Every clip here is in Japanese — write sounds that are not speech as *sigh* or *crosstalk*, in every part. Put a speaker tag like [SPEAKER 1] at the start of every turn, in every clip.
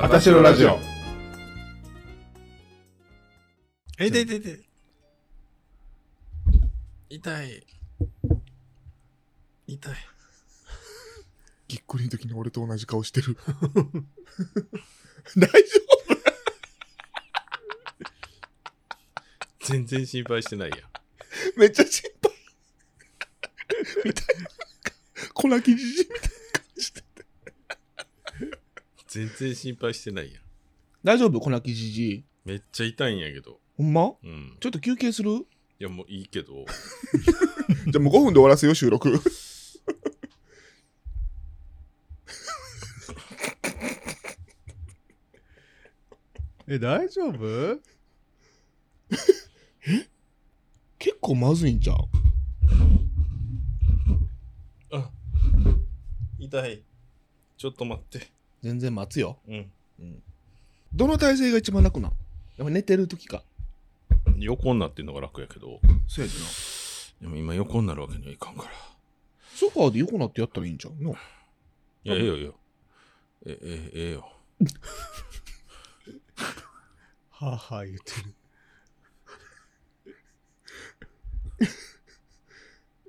[SPEAKER 1] あたしろラジオ。
[SPEAKER 2] え、ででで。痛い。痛い。
[SPEAKER 3] ぎっくりの時に俺と同じ顔してる。 *laughs* 大丈
[SPEAKER 2] 全然心配してないや。
[SPEAKER 3] 夫めっちゃ心配。みたいな。 *laughs* 粉木じじみたいな感じで。
[SPEAKER 2] 全然心配してないや。
[SPEAKER 3] 大丈夫粉木じじい。
[SPEAKER 2] めっちゃ痛いんやけど。
[SPEAKER 3] ほんま
[SPEAKER 2] うん。
[SPEAKER 3] ちょっと休憩する
[SPEAKER 2] いや、もういいけど。
[SPEAKER 3] じゃあもう5分で終わらせよ、収 *laughs* 録。
[SPEAKER 1] え、大丈
[SPEAKER 3] *laughs*
[SPEAKER 1] 夫
[SPEAKER 3] 結構まずいんじゃん。
[SPEAKER 2] あ痛い。ちょっと待って。
[SPEAKER 3] 全然待つよ。
[SPEAKER 2] うん。
[SPEAKER 3] どの体勢が一番楽なんやっぱ寝てる時か。
[SPEAKER 2] 横になってんのが楽やけど。
[SPEAKER 3] そうやな。
[SPEAKER 2] でも今横になるわけにはいかんから。
[SPEAKER 3] ソファーで横なってやったらいいんじゃん。ない
[SPEAKER 2] や、ええよ、ええよ。え、ええ、ええよ。
[SPEAKER 1] はあ、はあ、言ってる。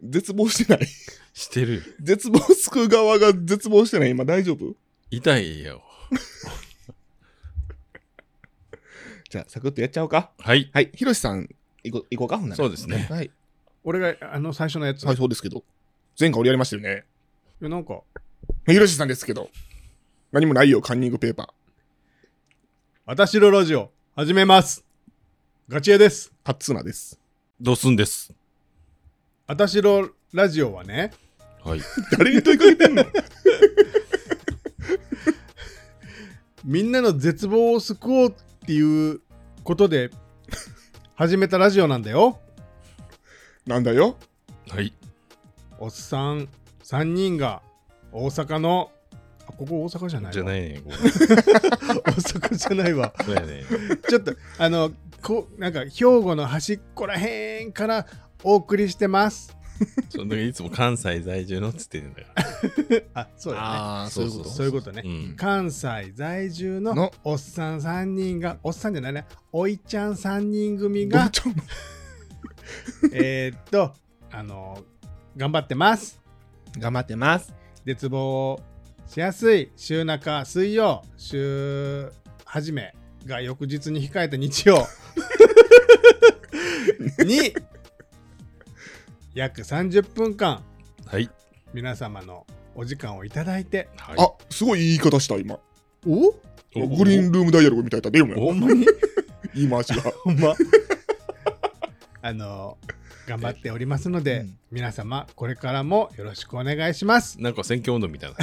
[SPEAKER 3] 絶望してない。 *laughs*
[SPEAKER 2] してるよ。
[SPEAKER 3] 絶望すく側が絶望してない。今大丈夫
[SPEAKER 2] 痛いよ。
[SPEAKER 3] じゃあ、サクッとやっちゃおうか。
[SPEAKER 2] はい。
[SPEAKER 3] はい。ひろしさん、行こ行こうか、ほんなら。
[SPEAKER 2] そうですね
[SPEAKER 3] はい。
[SPEAKER 1] 俺が、あの、最初のやつ。
[SPEAKER 3] はい、
[SPEAKER 1] い
[SPEAKER 3] そうですけど。前回俺やりましたよね。
[SPEAKER 1] や、なんか、
[SPEAKER 3] ひろしさんですけど。何もないよ、カンニングペーパー。
[SPEAKER 1] あたしろラジオ、始めます。ガチエです。
[SPEAKER 3] カッツーナです。
[SPEAKER 2] どうすんです。
[SPEAKER 1] あたしろラジオはね、
[SPEAKER 2] はい。
[SPEAKER 3] 誰に問いかけてんの
[SPEAKER 1] みんなの絶望を救おうっていうことで、 *laughs* 始めたラジオなんだよ。
[SPEAKER 3] なんだよ。
[SPEAKER 2] はい。
[SPEAKER 1] おっさん3人が大阪の、あ、ここ大阪じゃないわ
[SPEAKER 2] じゃないねん。ごめん
[SPEAKER 1] 大阪じゃないわ。
[SPEAKER 2] そうやねん。
[SPEAKER 1] ちょっとあのこうなんか兵庫の端っこらへんからお送りしてます。
[SPEAKER 2] その時いつも関西在住のっつってんだから。
[SPEAKER 1] あそうだ
[SPEAKER 3] あー
[SPEAKER 2] そうそう
[SPEAKER 1] ね。
[SPEAKER 2] ー
[SPEAKER 1] そういうことね。
[SPEAKER 2] うん。
[SPEAKER 1] 関西在住の
[SPEAKER 3] の
[SPEAKER 1] おっさん3人がおっさんじゃないねおいちゃん3人組
[SPEAKER 3] ど
[SPEAKER 1] が
[SPEAKER 3] うちゃうの
[SPEAKER 1] えーっとあの頑張ってます
[SPEAKER 3] 頑張ってます。
[SPEAKER 1] 絶望をしやすい週中水曜週始めが翌日に控えた日曜に約30分間
[SPEAKER 2] はい。
[SPEAKER 1] 皆様のお時間をいただいて
[SPEAKER 2] はい。
[SPEAKER 3] あ、すごいいい言い方した、今。
[SPEAKER 1] お
[SPEAKER 3] グリーンルームダイアログみたいだね、今
[SPEAKER 2] お。
[SPEAKER 1] ほんまに
[SPEAKER 3] 言い回しが。
[SPEAKER 1] ほんまあの頑張っておりますので、
[SPEAKER 3] うん
[SPEAKER 1] 皆様これからもよろしくお願いします
[SPEAKER 2] なんか選挙運動みたいな。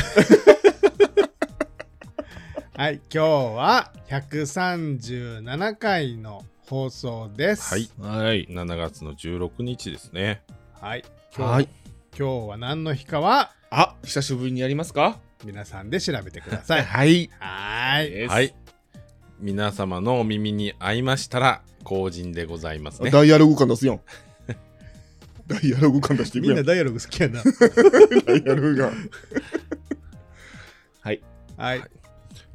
[SPEAKER 1] はい今日は137回の放送です *laughs*
[SPEAKER 2] はい。はい。7月の16日ですね。
[SPEAKER 1] はい今日
[SPEAKER 3] はい。
[SPEAKER 1] 今日は何の日かは
[SPEAKER 3] あ、久しぶりにやりますか
[SPEAKER 1] 皆さんで調べてください
[SPEAKER 3] はい。
[SPEAKER 1] はーい
[SPEAKER 2] はい。皆様のお耳に合いましたら、後人でございますね。
[SPEAKER 3] ダイアログ感出す *laughs* よ。ダイアログ感出してい
[SPEAKER 1] み
[SPEAKER 3] く
[SPEAKER 1] ん
[SPEAKER 3] や。
[SPEAKER 1] なんダイアログ好きやな
[SPEAKER 3] ダイアログが。
[SPEAKER 1] はい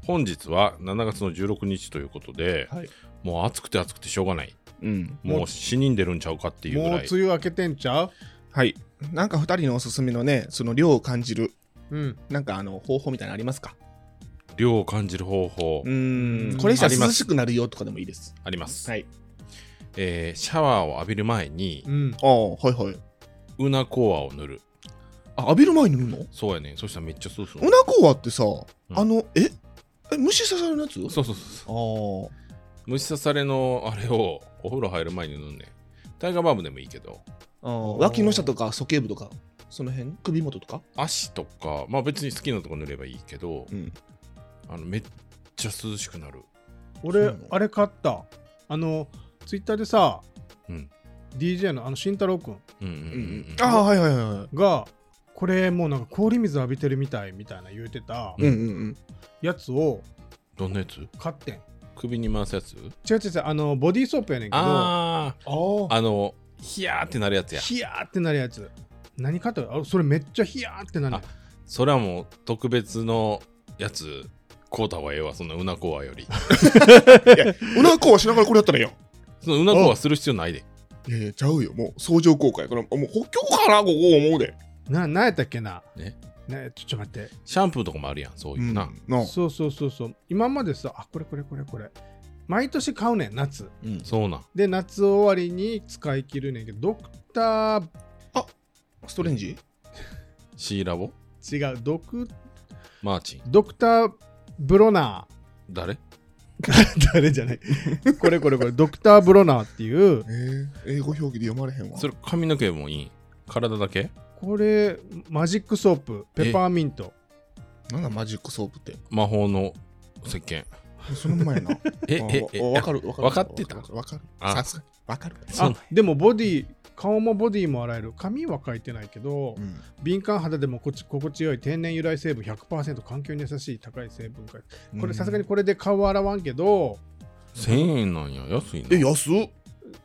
[SPEAKER 2] 本日は7月の16日ということで、
[SPEAKER 3] はい
[SPEAKER 2] もう暑くて暑くてしょうがない。
[SPEAKER 3] うん。
[SPEAKER 2] も
[SPEAKER 1] もう
[SPEAKER 2] う死人でるんちゃうかっていう
[SPEAKER 1] もう
[SPEAKER 2] ぐら
[SPEAKER 1] 梅
[SPEAKER 2] い。
[SPEAKER 1] 雨明けてんちゃう
[SPEAKER 3] はい。なんか二人のおすすめのね、その量を感じる、
[SPEAKER 1] うん
[SPEAKER 3] なんかあの、方法みたいなのありますか
[SPEAKER 2] 量を感じる方法
[SPEAKER 3] う
[SPEAKER 1] う
[SPEAKER 3] ー。
[SPEAKER 1] んん
[SPEAKER 3] これした
[SPEAKER 2] あり
[SPEAKER 3] ら
[SPEAKER 2] ます
[SPEAKER 3] 涼しくなるよとかでもいいです。
[SPEAKER 2] あります。
[SPEAKER 3] はい。
[SPEAKER 2] えーシャワーを浴びる前に
[SPEAKER 1] う、ん
[SPEAKER 3] ああ、はいはい。
[SPEAKER 2] うなコアを塗る。
[SPEAKER 3] あ、浴びる前に塗るの
[SPEAKER 2] そうやねん。そしたらめっちゃそうそ
[SPEAKER 3] う。
[SPEAKER 2] う
[SPEAKER 3] なこわってさ、
[SPEAKER 2] ん
[SPEAKER 3] あの、ええ虫刺されるやつ
[SPEAKER 2] そうそうそうそう。
[SPEAKER 3] あ
[SPEAKER 2] 虫刺されのあれをお風呂入る前に飲んでタイガーバームでもいいけど
[SPEAKER 3] あああ脇の下とか、鼠径部とか、その辺首元とか
[SPEAKER 2] 足とかまあ別に好きなとこ塗ればいいけど、
[SPEAKER 3] うん
[SPEAKER 2] あのめっちゃ涼しくなる
[SPEAKER 1] 俺
[SPEAKER 3] そうなの
[SPEAKER 1] あれ買ったあのツイッターでさ、
[SPEAKER 2] うん
[SPEAKER 1] DJ のあの慎太郎くん
[SPEAKER 2] うんうんうん、うん、
[SPEAKER 3] ああ、はいはいはいはい。
[SPEAKER 1] がこれもうなんか氷水浴びてるみたいみたいな言うてた
[SPEAKER 3] うんうんうん。
[SPEAKER 1] やつを
[SPEAKER 2] どんなやつ
[SPEAKER 1] 買ってん
[SPEAKER 2] 首に回すやつ
[SPEAKER 1] 違う違う違うあのボディーソープやねんけど
[SPEAKER 3] ああ
[SPEAKER 2] ああ。あのヒヤーってなるやつや
[SPEAKER 1] ヒヤーってなるやつ何かとあそれめっちゃヒヤーってなる
[SPEAKER 2] あそれはもう特別のやつこうたはええわ、そんなうなこわより。
[SPEAKER 3] うなこはしながらこれやったらええやん。
[SPEAKER 2] そのうなこわする必要ないで。
[SPEAKER 3] いやいやちゃうよ。もう相乗効果やから、もう補強かな、ここ思うで。
[SPEAKER 1] な、なんやったっけな。
[SPEAKER 2] ね
[SPEAKER 1] ねちょ、ちょっと待って。
[SPEAKER 2] シャンプーとかもあるやん、そういうな。
[SPEAKER 3] な
[SPEAKER 1] そうそうそうそう。今までさ、あ、これこれこれこれ。毎年買うねん、夏。
[SPEAKER 3] うん
[SPEAKER 2] そうなん。
[SPEAKER 1] で、夏終わりに使い切るねんけど、ドクター、
[SPEAKER 3] ストレンジ
[SPEAKER 2] シーラボ
[SPEAKER 1] 違う、ドク、
[SPEAKER 2] マーチン。
[SPEAKER 1] ドクターブロナ
[SPEAKER 2] 誰
[SPEAKER 1] ー。 *laughs* 誰じゃない。これこれこれ、ドクターブロナーっていう、
[SPEAKER 3] えー、英語表記で読まれへんわ。
[SPEAKER 2] それ髪の毛もいいん体だけ
[SPEAKER 1] これ、マジックソープ、ペパーミント。
[SPEAKER 3] なんだマジックソープって。
[SPEAKER 2] 魔法の石鹸。
[SPEAKER 3] その前な。
[SPEAKER 2] え、
[SPEAKER 3] あ
[SPEAKER 2] え、え、
[SPEAKER 3] わわかる、わかる。
[SPEAKER 2] わかってた
[SPEAKER 3] わかる。
[SPEAKER 2] あ
[SPEAKER 3] さすが。わかる。
[SPEAKER 2] そう
[SPEAKER 1] あ、でもボディ、顔もボディも洗える。髪は書いてないけど、
[SPEAKER 3] うん。
[SPEAKER 1] 敏感肌でもこち心地よい天然由来成分100%環境に優しい高い成分がこれさすがにこれで顔洗わんけど、
[SPEAKER 2] 1000円なんや、安いな。
[SPEAKER 3] え、安っ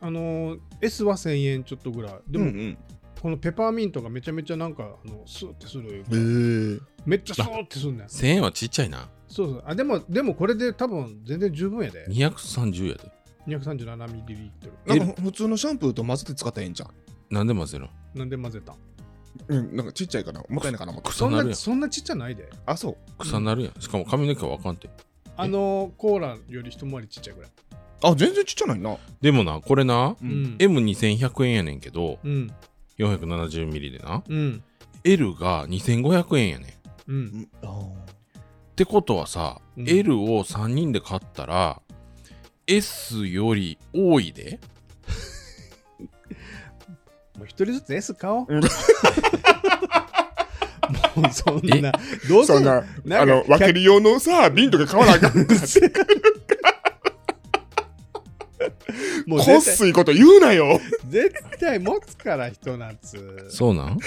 [SPEAKER 1] あのー S は1000円ちょっとぐらいで
[SPEAKER 3] で
[SPEAKER 1] も、
[SPEAKER 3] うん
[SPEAKER 1] このペパーミントがめちゃめちゃなんかあのスーッてする
[SPEAKER 3] うん。えー、
[SPEAKER 1] めっちゃスーッてするんだよ
[SPEAKER 2] 1000円はちっちゃいな。
[SPEAKER 1] そうそうあでもでもこれで多分全然十分やで
[SPEAKER 2] 230やで。
[SPEAKER 1] 237ミリリットル
[SPEAKER 3] なんかふ普通のシャンプーと混ぜて使ったらええんじゃん。
[SPEAKER 2] なんで混ぜるの
[SPEAKER 1] なんで混ぜたん
[SPEAKER 3] うん、なんかちっちゃいから、もったいないかな、もった
[SPEAKER 2] 草
[SPEAKER 1] そん
[SPEAKER 2] なるや。
[SPEAKER 1] なんそんなちっちゃないで
[SPEAKER 3] あ、そう。
[SPEAKER 2] 草なるやん。しかも髪の毛はわかんて。
[SPEAKER 1] あのーコーラより一回りちっちゃいぐらい
[SPEAKER 3] あ、全然ちっちゃないな。
[SPEAKER 2] でもな、これな、
[SPEAKER 1] う。
[SPEAKER 3] う
[SPEAKER 1] ん
[SPEAKER 2] M2100 円やねんけど、
[SPEAKER 1] うん
[SPEAKER 2] 470ミリでな。
[SPEAKER 1] うん、
[SPEAKER 2] L が2500円やねん。っ
[SPEAKER 1] うん、
[SPEAKER 3] あー
[SPEAKER 2] てことはさ、
[SPEAKER 1] うん
[SPEAKER 2] L を3人で買ったら、S より多いで
[SPEAKER 1] もう一人ずつ S 買おう。
[SPEAKER 3] うん
[SPEAKER 1] もうそんな、どうせ
[SPEAKER 3] そん
[SPEAKER 1] なん
[SPEAKER 3] な、
[SPEAKER 1] か
[SPEAKER 3] あの、分ける用のさ、瓶とか買わなあか *laughs* ん。
[SPEAKER 1] *laughs* もう
[SPEAKER 3] こっ
[SPEAKER 1] 絶対
[SPEAKER 3] すいこと言うなよ。
[SPEAKER 1] 絶対持つから、ひと夏。
[SPEAKER 2] そうなん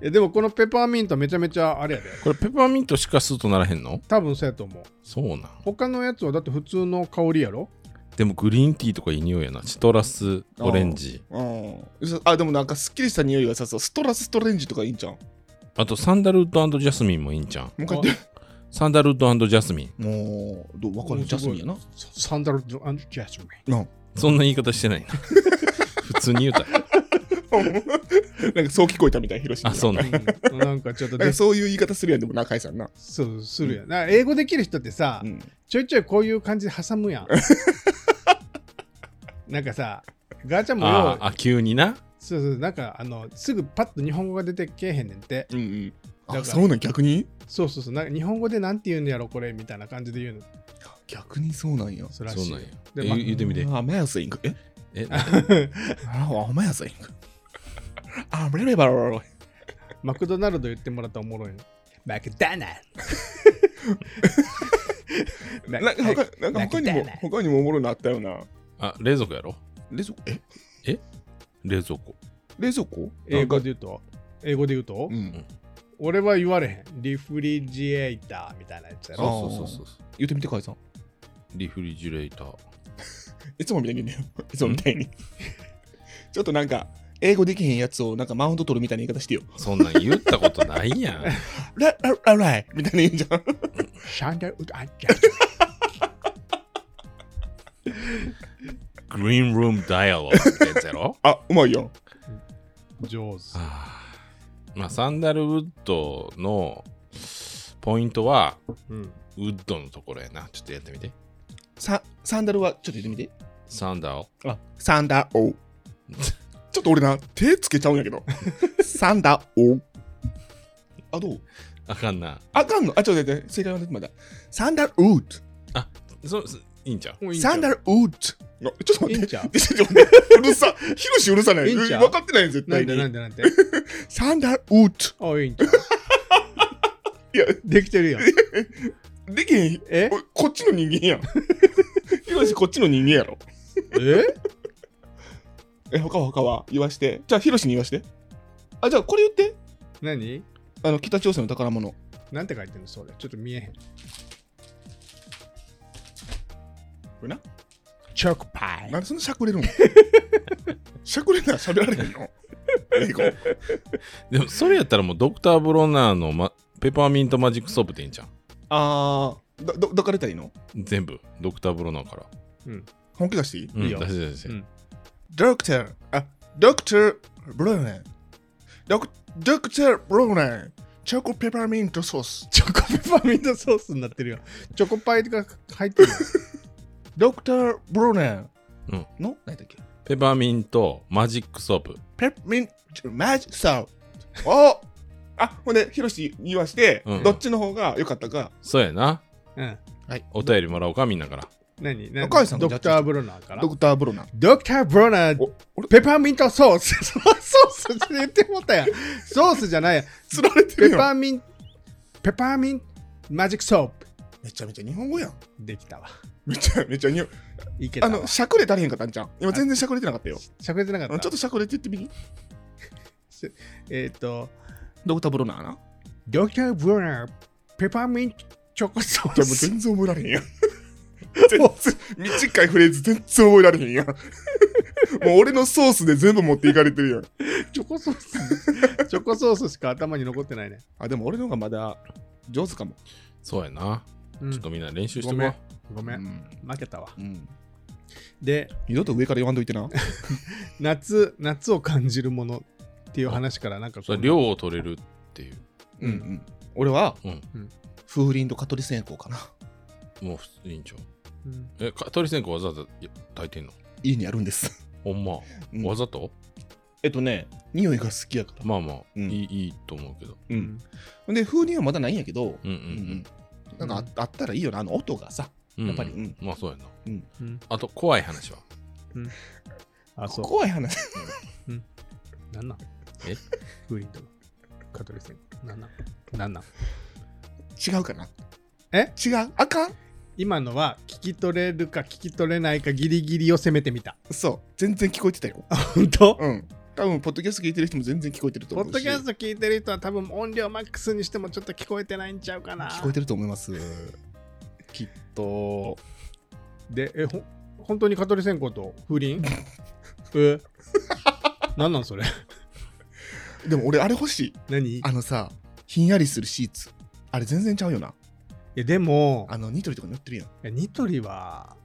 [SPEAKER 1] いやでもこのペパーミントめちゃめちゃあれやで。
[SPEAKER 2] これペパーミントしかスーとならへんの
[SPEAKER 1] 多分そうやと思う。
[SPEAKER 2] そうなん。
[SPEAKER 1] 他のやつはだって普通の香りやろ
[SPEAKER 2] でもグリーンティーとかいい匂いやな。シトラス、オレンジ。
[SPEAKER 3] うんそあでもなんかすっきりした匂いがさそうストラスストレンジとかいいんじゃんも
[SPEAKER 2] あとサンダルウッドジャスミンもいいんちゃん。
[SPEAKER 3] う一回言っ
[SPEAKER 2] サンダルウッドジャスミン。
[SPEAKER 3] てもうどう分かるジャスミンやな *laughs*
[SPEAKER 1] ササンダルジャスミン。
[SPEAKER 2] そんな言い方してないな。 *laughs* 普通に言うた。
[SPEAKER 3] なんかそう聞こえたみたい広島
[SPEAKER 2] あ、そう
[SPEAKER 3] な
[SPEAKER 1] *laughs*
[SPEAKER 2] なん。
[SPEAKER 1] うんなんかちょっと
[SPEAKER 3] んか
[SPEAKER 1] で
[SPEAKER 3] そういう言い方するやんでもな海さんな、
[SPEAKER 1] そうするやん。なんか英語できる人ってさ、
[SPEAKER 3] うん、
[SPEAKER 1] ちょいちょいこういう感じで挟むやん。なんかさ、ガチャもよ
[SPEAKER 2] あー、あ急にな。
[SPEAKER 1] そうそう、なんかあの、すぐパッと日本語が出てけえへんねんて。
[SPEAKER 3] うんうん
[SPEAKER 1] だから
[SPEAKER 3] あそうなん逆に
[SPEAKER 1] そうそうそう、なんか日本語でなんて言うんやろ、これみたいな感じで言うの。
[SPEAKER 3] 逆にそうなんや
[SPEAKER 1] そうらし
[SPEAKER 2] そ
[SPEAKER 1] いう
[SPEAKER 2] なんや。
[SPEAKER 1] で
[SPEAKER 2] え
[SPEAKER 1] まあ
[SPEAKER 2] 言言ってみて。
[SPEAKER 3] アマヤスインクえ
[SPEAKER 2] え、
[SPEAKER 3] あアマヤスインクあブレレバロ
[SPEAKER 1] マクドナルド言ってもらったらおもろいの。マクドナルド *laughs* マ
[SPEAKER 3] なんか他なんか他にも他にもおもろいのあったよな
[SPEAKER 2] あ、冷蔵庫やろ
[SPEAKER 3] 冷蔵庫え
[SPEAKER 2] 冷蔵庫。
[SPEAKER 3] 冷蔵庫
[SPEAKER 1] 英語
[SPEAKER 3] なん
[SPEAKER 1] で言
[SPEAKER 3] か
[SPEAKER 1] うと、英語で言うと、
[SPEAKER 3] うん
[SPEAKER 1] 俺は言われへん。リフリジエーターみたいなやつや
[SPEAKER 3] あ
[SPEAKER 1] ろ。
[SPEAKER 2] そうそうそうそう。
[SPEAKER 3] 言ってみて海さん
[SPEAKER 2] リフリジュレーター。
[SPEAKER 3] いつもみたいに言うねよ。いつもみたいに。ちょっとなんか、英語できへんやつをなんかマウント取るみたいな言い方してよ。
[SPEAKER 2] そんなん言ったことない
[SPEAKER 1] *laughs*
[SPEAKER 2] やん。
[SPEAKER 3] ラララライみたいな言うんじゃん。
[SPEAKER 1] シャンダルウッドアンジャー
[SPEAKER 2] グリーンルームダイアローグってやつやろ
[SPEAKER 3] あ、うまいよ。
[SPEAKER 1] 上手。
[SPEAKER 2] あーまあ、サンダルウッドのポイントは、
[SPEAKER 1] うん。
[SPEAKER 2] ウッドのところやな。ちょっとやってみて。
[SPEAKER 3] ササンダルはちょっと言ってみて。
[SPEAKER 2] サンダル。
[SPEAKER 3] あ、サンダオ。ちょっと俺な、手つけちゃうんやけど。サンダオ。あ、どう
[SPEAKER 2] あかんな。
[SPEAKER 3] あかんのあ、ちょっと待って、正解はまだ。サンダルウッ
[SPEAKER 2] そそいいんちゃう
[SPEAKER 1] もう
[SPEAKER 3] ド。
[SPEAKER 1] いいんちゃ
[SPEAKER 3] サ
[SPEAKER 1] う
[SPEAKER 3] ンダルウッド。のちょっと
[SPEAKER 1] いい
[SPEAKER 3] 待っ
[SPEAKER 1] ん
[SPEAKER 3] て。
[SPEAKER 1] ちゃう
[SPEAKER 3] ちょっと待ってうるさ。ヒロシうるさない。
[SPEAKER 1] いいんちゃう
[SPEAKER 3] 分かってないよ絶
[SPEAKER 1] な
[SPEAKER 3] 対
[SPEAKER 1] んでなん
[SPEAKER 3] に。
[SPEAKER 1] でなんで *laughs*
[SPEAKER 3] サンダルウッド。
[SPEAKER 1] あ、いいんちゃう
[SPEAKER 3] いや
[SPEAKER 1] できて *laughs* るやん。
[SPEAKER 3] できへん
[SPEAKER 1] え
[SPEAKER 3] おいこっちの人間やん。ひろしこっちの人間やろ。
[SPEAKER 1] え
[SPEAKER 3] え、他は他は言わして。じゃあひろしに言わして。あ、じゃあこれ言って。
[SPEAKER 1] 何
[SPEAKER 3] あの北朝鮮の宝物。
[SPEAKER 1] なんて書いてんのそれ。ちょっと見えへん。
[SPEAKER 3] れな
[SPEAKER 1] チョコパイ。
[SPEAKER 3] なんでそんなしゃく *laughs* れるんしゃくれなら喋られへんの英語。
[SPEAKER 2] でもそれやったらもうドクター・ブロナーの、ま、ペパーミントマジックソープでいいんじゃん。
[SPEAKER 3] あー、だ、ど、どっから出たらいいの
[SPEAKER 2] 全部、ドクターブロナーから。
[SPEAKER 3] 本気出していい
[SPEAKER 2] うん、
[SPEAKER 1] いいよ
[SPEAKER 2] 出せ出せ。
[SPEAKER 1] うん
[SPEAKER 3] ドクター、あ、ドクター、ブローネン。ドク、ドクター、ブローネン。チョコペパーミントソース。
[SPEAKER 1] チョコペパーミントソースになってるよ。チョコパイが入ってるよ。
[SPEAKER 3] ドクター、ブローネン。
[SPEAKER 2] うん
[SPEAKER 3] の何だっけ
[SPEAKER 2] ペパーミントマジックソープ。
[SPEAKER 3] ペッミントマジックソー *laughs* プ。おあ、ほんで、ヒロシ言わして、
[SPEAKER 2] うん
[SPEAKER 3] どっちの方が良かったか。
[SPEAKER 2] そうやな。
[SPEAKER 1] うん。
[SPEAKER 2] お便りもらおうか、みんなから。
[SPEAKER 1] 何
[SPEAKER 3] お母さんの
[SPEAKER 1] ド
[SPEAKER 3] ジャッ
[SPEAKER 1] ク
[SPEAKER 3] ジ
[SPEAKER 1] ター・ブロナーから
[SPEAKER 3] ド。クター、ブローネン。
[SPEAKER 1] ドクター・ブロナー
[SPEAKER 3] お、俺、
[SPEAKER 1] ペパーミントソース。 *laughs* そうソースって言ってもったやん。ソースじゃないやん。
[SPEAKER 3] 釣られて
[SPEAKER 1] ペ
[SPEAKER 3] る
[SPEAKER 1] パ
[SPEAKER 3] やん。
[SPEAKER 1] ーミン、ペパーミンマジックソープ。
[SPEAKER 3] めちゃめちゃ日本語やん。
[SPEAKER 1] できたわ。
[SPEAKER 3] めちゃめちゃ日本
[SPEAKER 1] いけ
[SPEAKER 3] あ
[SPEAKER 1] た
[SPEAKER 3] の、
[SPEAKER 1] わ。
[SPEAKER 3] しゃくれ足りへんかったんじゃん。今全然しゃくれてなかったよ。
[SPEAKER 1] しゃくれてなかっ
[SPEAKER 3] う
[SPEAKER 1] た。
[SPEAKER 3] んちょっとしゃくれて言ってみ
[SPEAKER 1] えっ、と、
[SPEAKER 3] ドクター、ブローネンな。
[SPEAKER 1] ドクター・ブロナー、ペパーミンチョコソー
[SPEAKER 3] じゃもう
[SPEAKER 1] ス。
[SPEAKER 3] 全然覚えられへん *laughs* やん。全然短いフレーズ全然覚えられへんやん。もう俺のソースで全部持っていかれてるやん。
[SPEAKER 1] チョコ *laughs* ソース。チョコソースしか頭に残ってないね。
[SPEAKER 3] あ、でも俺の方がまだ上手かも。
[SPEAKER 2] そうやな。
[SPEAKER 1] うん
[SPEAKER 2] ちょっとみんな練習し
[SPEAKER 1] ご
[SPEAKER 2] てこ
[SPEAKER 1] め。。
[SPEAKER 2] うん
[SPEAKER 1] ごめ。
[SPEAKER 3] うんん。
[SPEAKER 1] 負けたわ。
[SPEAKER 3] うん
[SPEAKER 1] で、
[SPEAKER 3] 二度と上から言わんといてな。
[SPEAKER 1] 夏、夏を感じるものっていう話から、なんか
[SPEAKER 2] そ
[SPEAKER 1] こ
[SPEAKER 2] れ
[SPEAKER 1] う
[SPEAKER 2] 量を取れるっていう。
[SPEAKER 3] うんうん。俺は、
[SPEAKER 2] うん。
[SPEAKER 3] 風鈴と蚊取り線香かな。
[SPEAKER 2] もう普通にいいんちゃう。
[SPEAKER 1] うん
[SPEAKER 2] え、か鳥線香わざわざ炊いてんの
[SPEAKER 3] 家にあるんです。
[SPEAKER 2] ほんま。
[SPEAKER 3] うん
[SPEAKER 2] わざと
[SPEAKER 3] えっとね、匂いが好きやから。
[SPEAKER 2] まあまあ、
[SPEAKER 3] うん
[SPEAKER 2] いいいいと思うけど。
[SPEAKER 3] う。
[SPEAKER 1] うん
[SPEAKER 3] で、風鈴はまだないんやけど、
[SPEAKER 2] うんう
[SPEAKER 3] うん
[SPEAKER 2] ん
[SPEAKER 3] うん。なんかああったらいいよな、あの音がさ。
[SPEAKER 2] うん。
[SPEAKER 3] やっぱり
[SPEAKER 2] うんうんまあそうやな。
[SPEAKER 1] うん
[SPEAKER 2] あと、怖い話は。
[SPEAKER 1] あ、そう。
[SPEAKER 3] 怖い話。 *laughs*
[SPEAKER 1] なんなん
[SPEAKER 2] え
[SPEAKER 1] 風鈴とかカトリスなんなんなんなん
[SPEAKER 3] 違うかな。
[SPEAKER 1] え
[SPEAKER 3] 違うあかん
[SPEAKER 1] 今のは聞き取れるか聞き取れないかギリギリを攻めてみた。
[SPEAKER 3] そう。全然聞こえてたよ。
[SPEAKER 1] 本当
[SPEAKER 3] うん。多分ポッドキャスト聞いてる人も全然聞こえてると
[SPEAKER 1] ポ
[SPEAKER 3] 思う
[SPEAKER 1] ッ
[SPEAKER 3] し。
[SPEAKER 1] ドキャスト聞いてる人は多分音量マックスにしてもちょっと聞こえてないんちゃうかな。
[SPEAKER 3] 聞こえてると思います。きっと。
[SPEAKER 1] で、え、ほ本当にカトリ線香と風
[SPEAKER 2] *laughs*
[SPEAKER 1] 鈴えなんなんそれ
[SPEAKER 3] でも俺あれ欲しい。
[SPEAKER 1] 何い
[SPEAKER 3] あのさ、ひんやりするシーツ。あれ全然ちゃうよな。
[SPEAKER 1] やでも
[SPEAKER 3] あの、ニトリとかに売ってるやん。
[SPEAKER 1] いやニトリは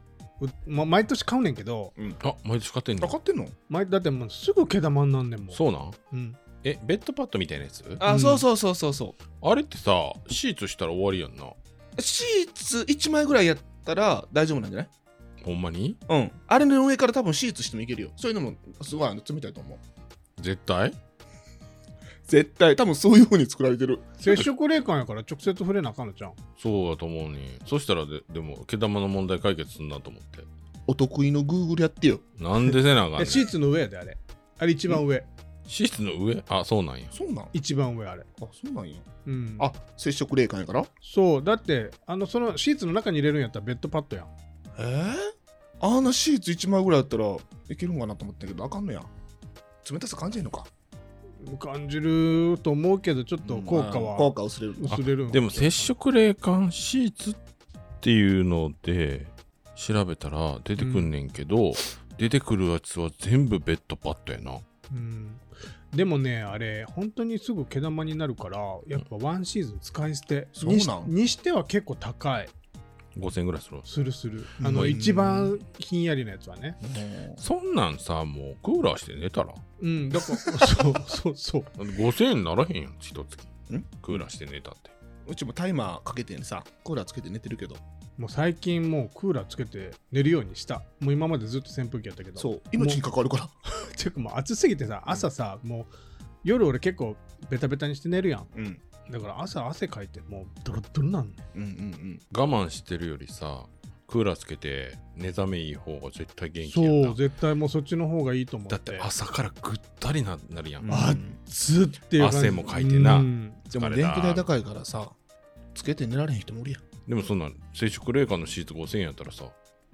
[SPEAKER 1] う、ま、毎年買うねんけど
[SPEAKER 2] あ、毎年買ってん
[SPEAKER 3] あ、買
[SPEAKER 2] の
[SPEAKER 3] ってんの
[SPEAKER 1] 毎だってもうすぐ毛玉になんねんもん
[SPEAKER 2] そうなん
[SPEAKER 1] う、ん、
[SPEAKER 2] え、ベッドパッドみたいなやつ
[SPEAKER 1] あそう
[SPEAKER 3] そうそうそうそ
[SPEAKER 2] あれってさ、シーツしたら終わりやんな。
[SPEAKER 3] う。シーツ1枚ぐらいやったら大丈夫なんじゃない
[SPEAKER 2] ほんまに
[SPEAKER 3] うん。あれの上から多分シーツしてもいけるよ。そういうのもすごいあの冷たいと思う。
[SPEAKER 2] 絶対
[SPEAKER 3] 絶対、多分そういう風に作られてる。
[SPEAKER 1] 接触冷感やから直接触れなあかんのじゃん
[SPEAKER 2] そうだと思うね。そしたらで、でも、毛玉の問題解決すんなと思って。
[SPEAKER 3] お得意のグーグルやってよ。
[SPEAKER 2] なんでせなあかんね
[SPEAKER 1] *laughs* え
[SPEAKER 2] ん。
[SPEAKER 1] シーツの上やであれあれ一番上
[SPEAKER 2] シーツの上あ、そうなんや。
[SPEAKER 3] そうなんあ、
[SPEAKER 1] 一番上あれ
[SPEAKER 3] そうなんや。
[SPEAKER 1] うん
[SPEAKER 3] あ、接触冷感やから
[SPEAKER 1] そうだってあのそのシーツの中に入れるんやったらベッドパッドやん
[SPEAKER 3] えー、あんなシーツ1枚ぐらいだったらいけるんかなと思ったけどあかんのや冷たさ感じへんのか
[SPEAKER 1] 感じると思うけどちょっと効果
[SPEAKER 3] うん効
[SPEAKER 1] は
[SPEAKER 3] 果薄れる
[SPEAKER 1] 薄れるん
[SPEAKER 2] でも、接触冷感シーツっていうので、調べたら出てくんねんけど、出てくるやつは全部ベッドパッドやな。
[SPEAKER 1] うんでもねあれ本当にすぐ毛玉になるからやっぱワンシーズン使い捨て、
[SPEAKER 3] そうなん
[SPEAKER 1] にしにしては結構高い
[SPEAKER 2] 5000円ぐらいするわ
[SPEAKER 1] するする
[SPEAKER 3] うん
[SPEAKER 1] あの一番ひんやりのやつはね
[SPEAKER 2] そんなんさ、もうクーラーして寝たら
[SPEAKER 1] うんだからそうそうそう
[SPEAKER 2] 5000円ならへんやん、一月
[SPEAKER 3] ん。
[SPEAKER 2] クーラーして寝たって。
[SPEAKER 3] うちもタイマーかけてさクーラーつけて寝てるけど
[SPEAKER 1] もう最近もうクーラーつけて寝るようにしたもう今までずっと扇風機やったけど
[SPEAKER 3] そう命に関わるから
[SPEAKER 1] てかもう暑すぎてさ朝さ、もう夜俺結構ベタベタにして寝るやん
[SPEAKER 3] うん
[SPEAKER 1] だから朝汗かいてもうドロッドロなんね
[SPEAKER 3] うんうんうん
[SPEAKER 2] 我慢してるよりさ、クーラーつけて寝覚めいい方が絶対元気やんな
[SPEAKER 1] そう絶対もうそっちの方がいいと思って
[SPEAKER 2] だって朝からぐったりななるやん。
[SPEAKER 1] あ
[SPEAKER 3] うん
[SPEAKER 1] ずっていう感じ
[SPEAKER 2] 汗もかいてな
[SPEAKER 1] うん
[SPEAKER 3] でも
[SPEAKER 2] 疲れ
[SPEAKER 3] 電
[SPEAKER 2] た
[SPEAKER 3] 気代高いからさつけて寝られへん人もおるやん
[SPEAKER 2] でもそんなん接触冷感のシート5000円やったらさ、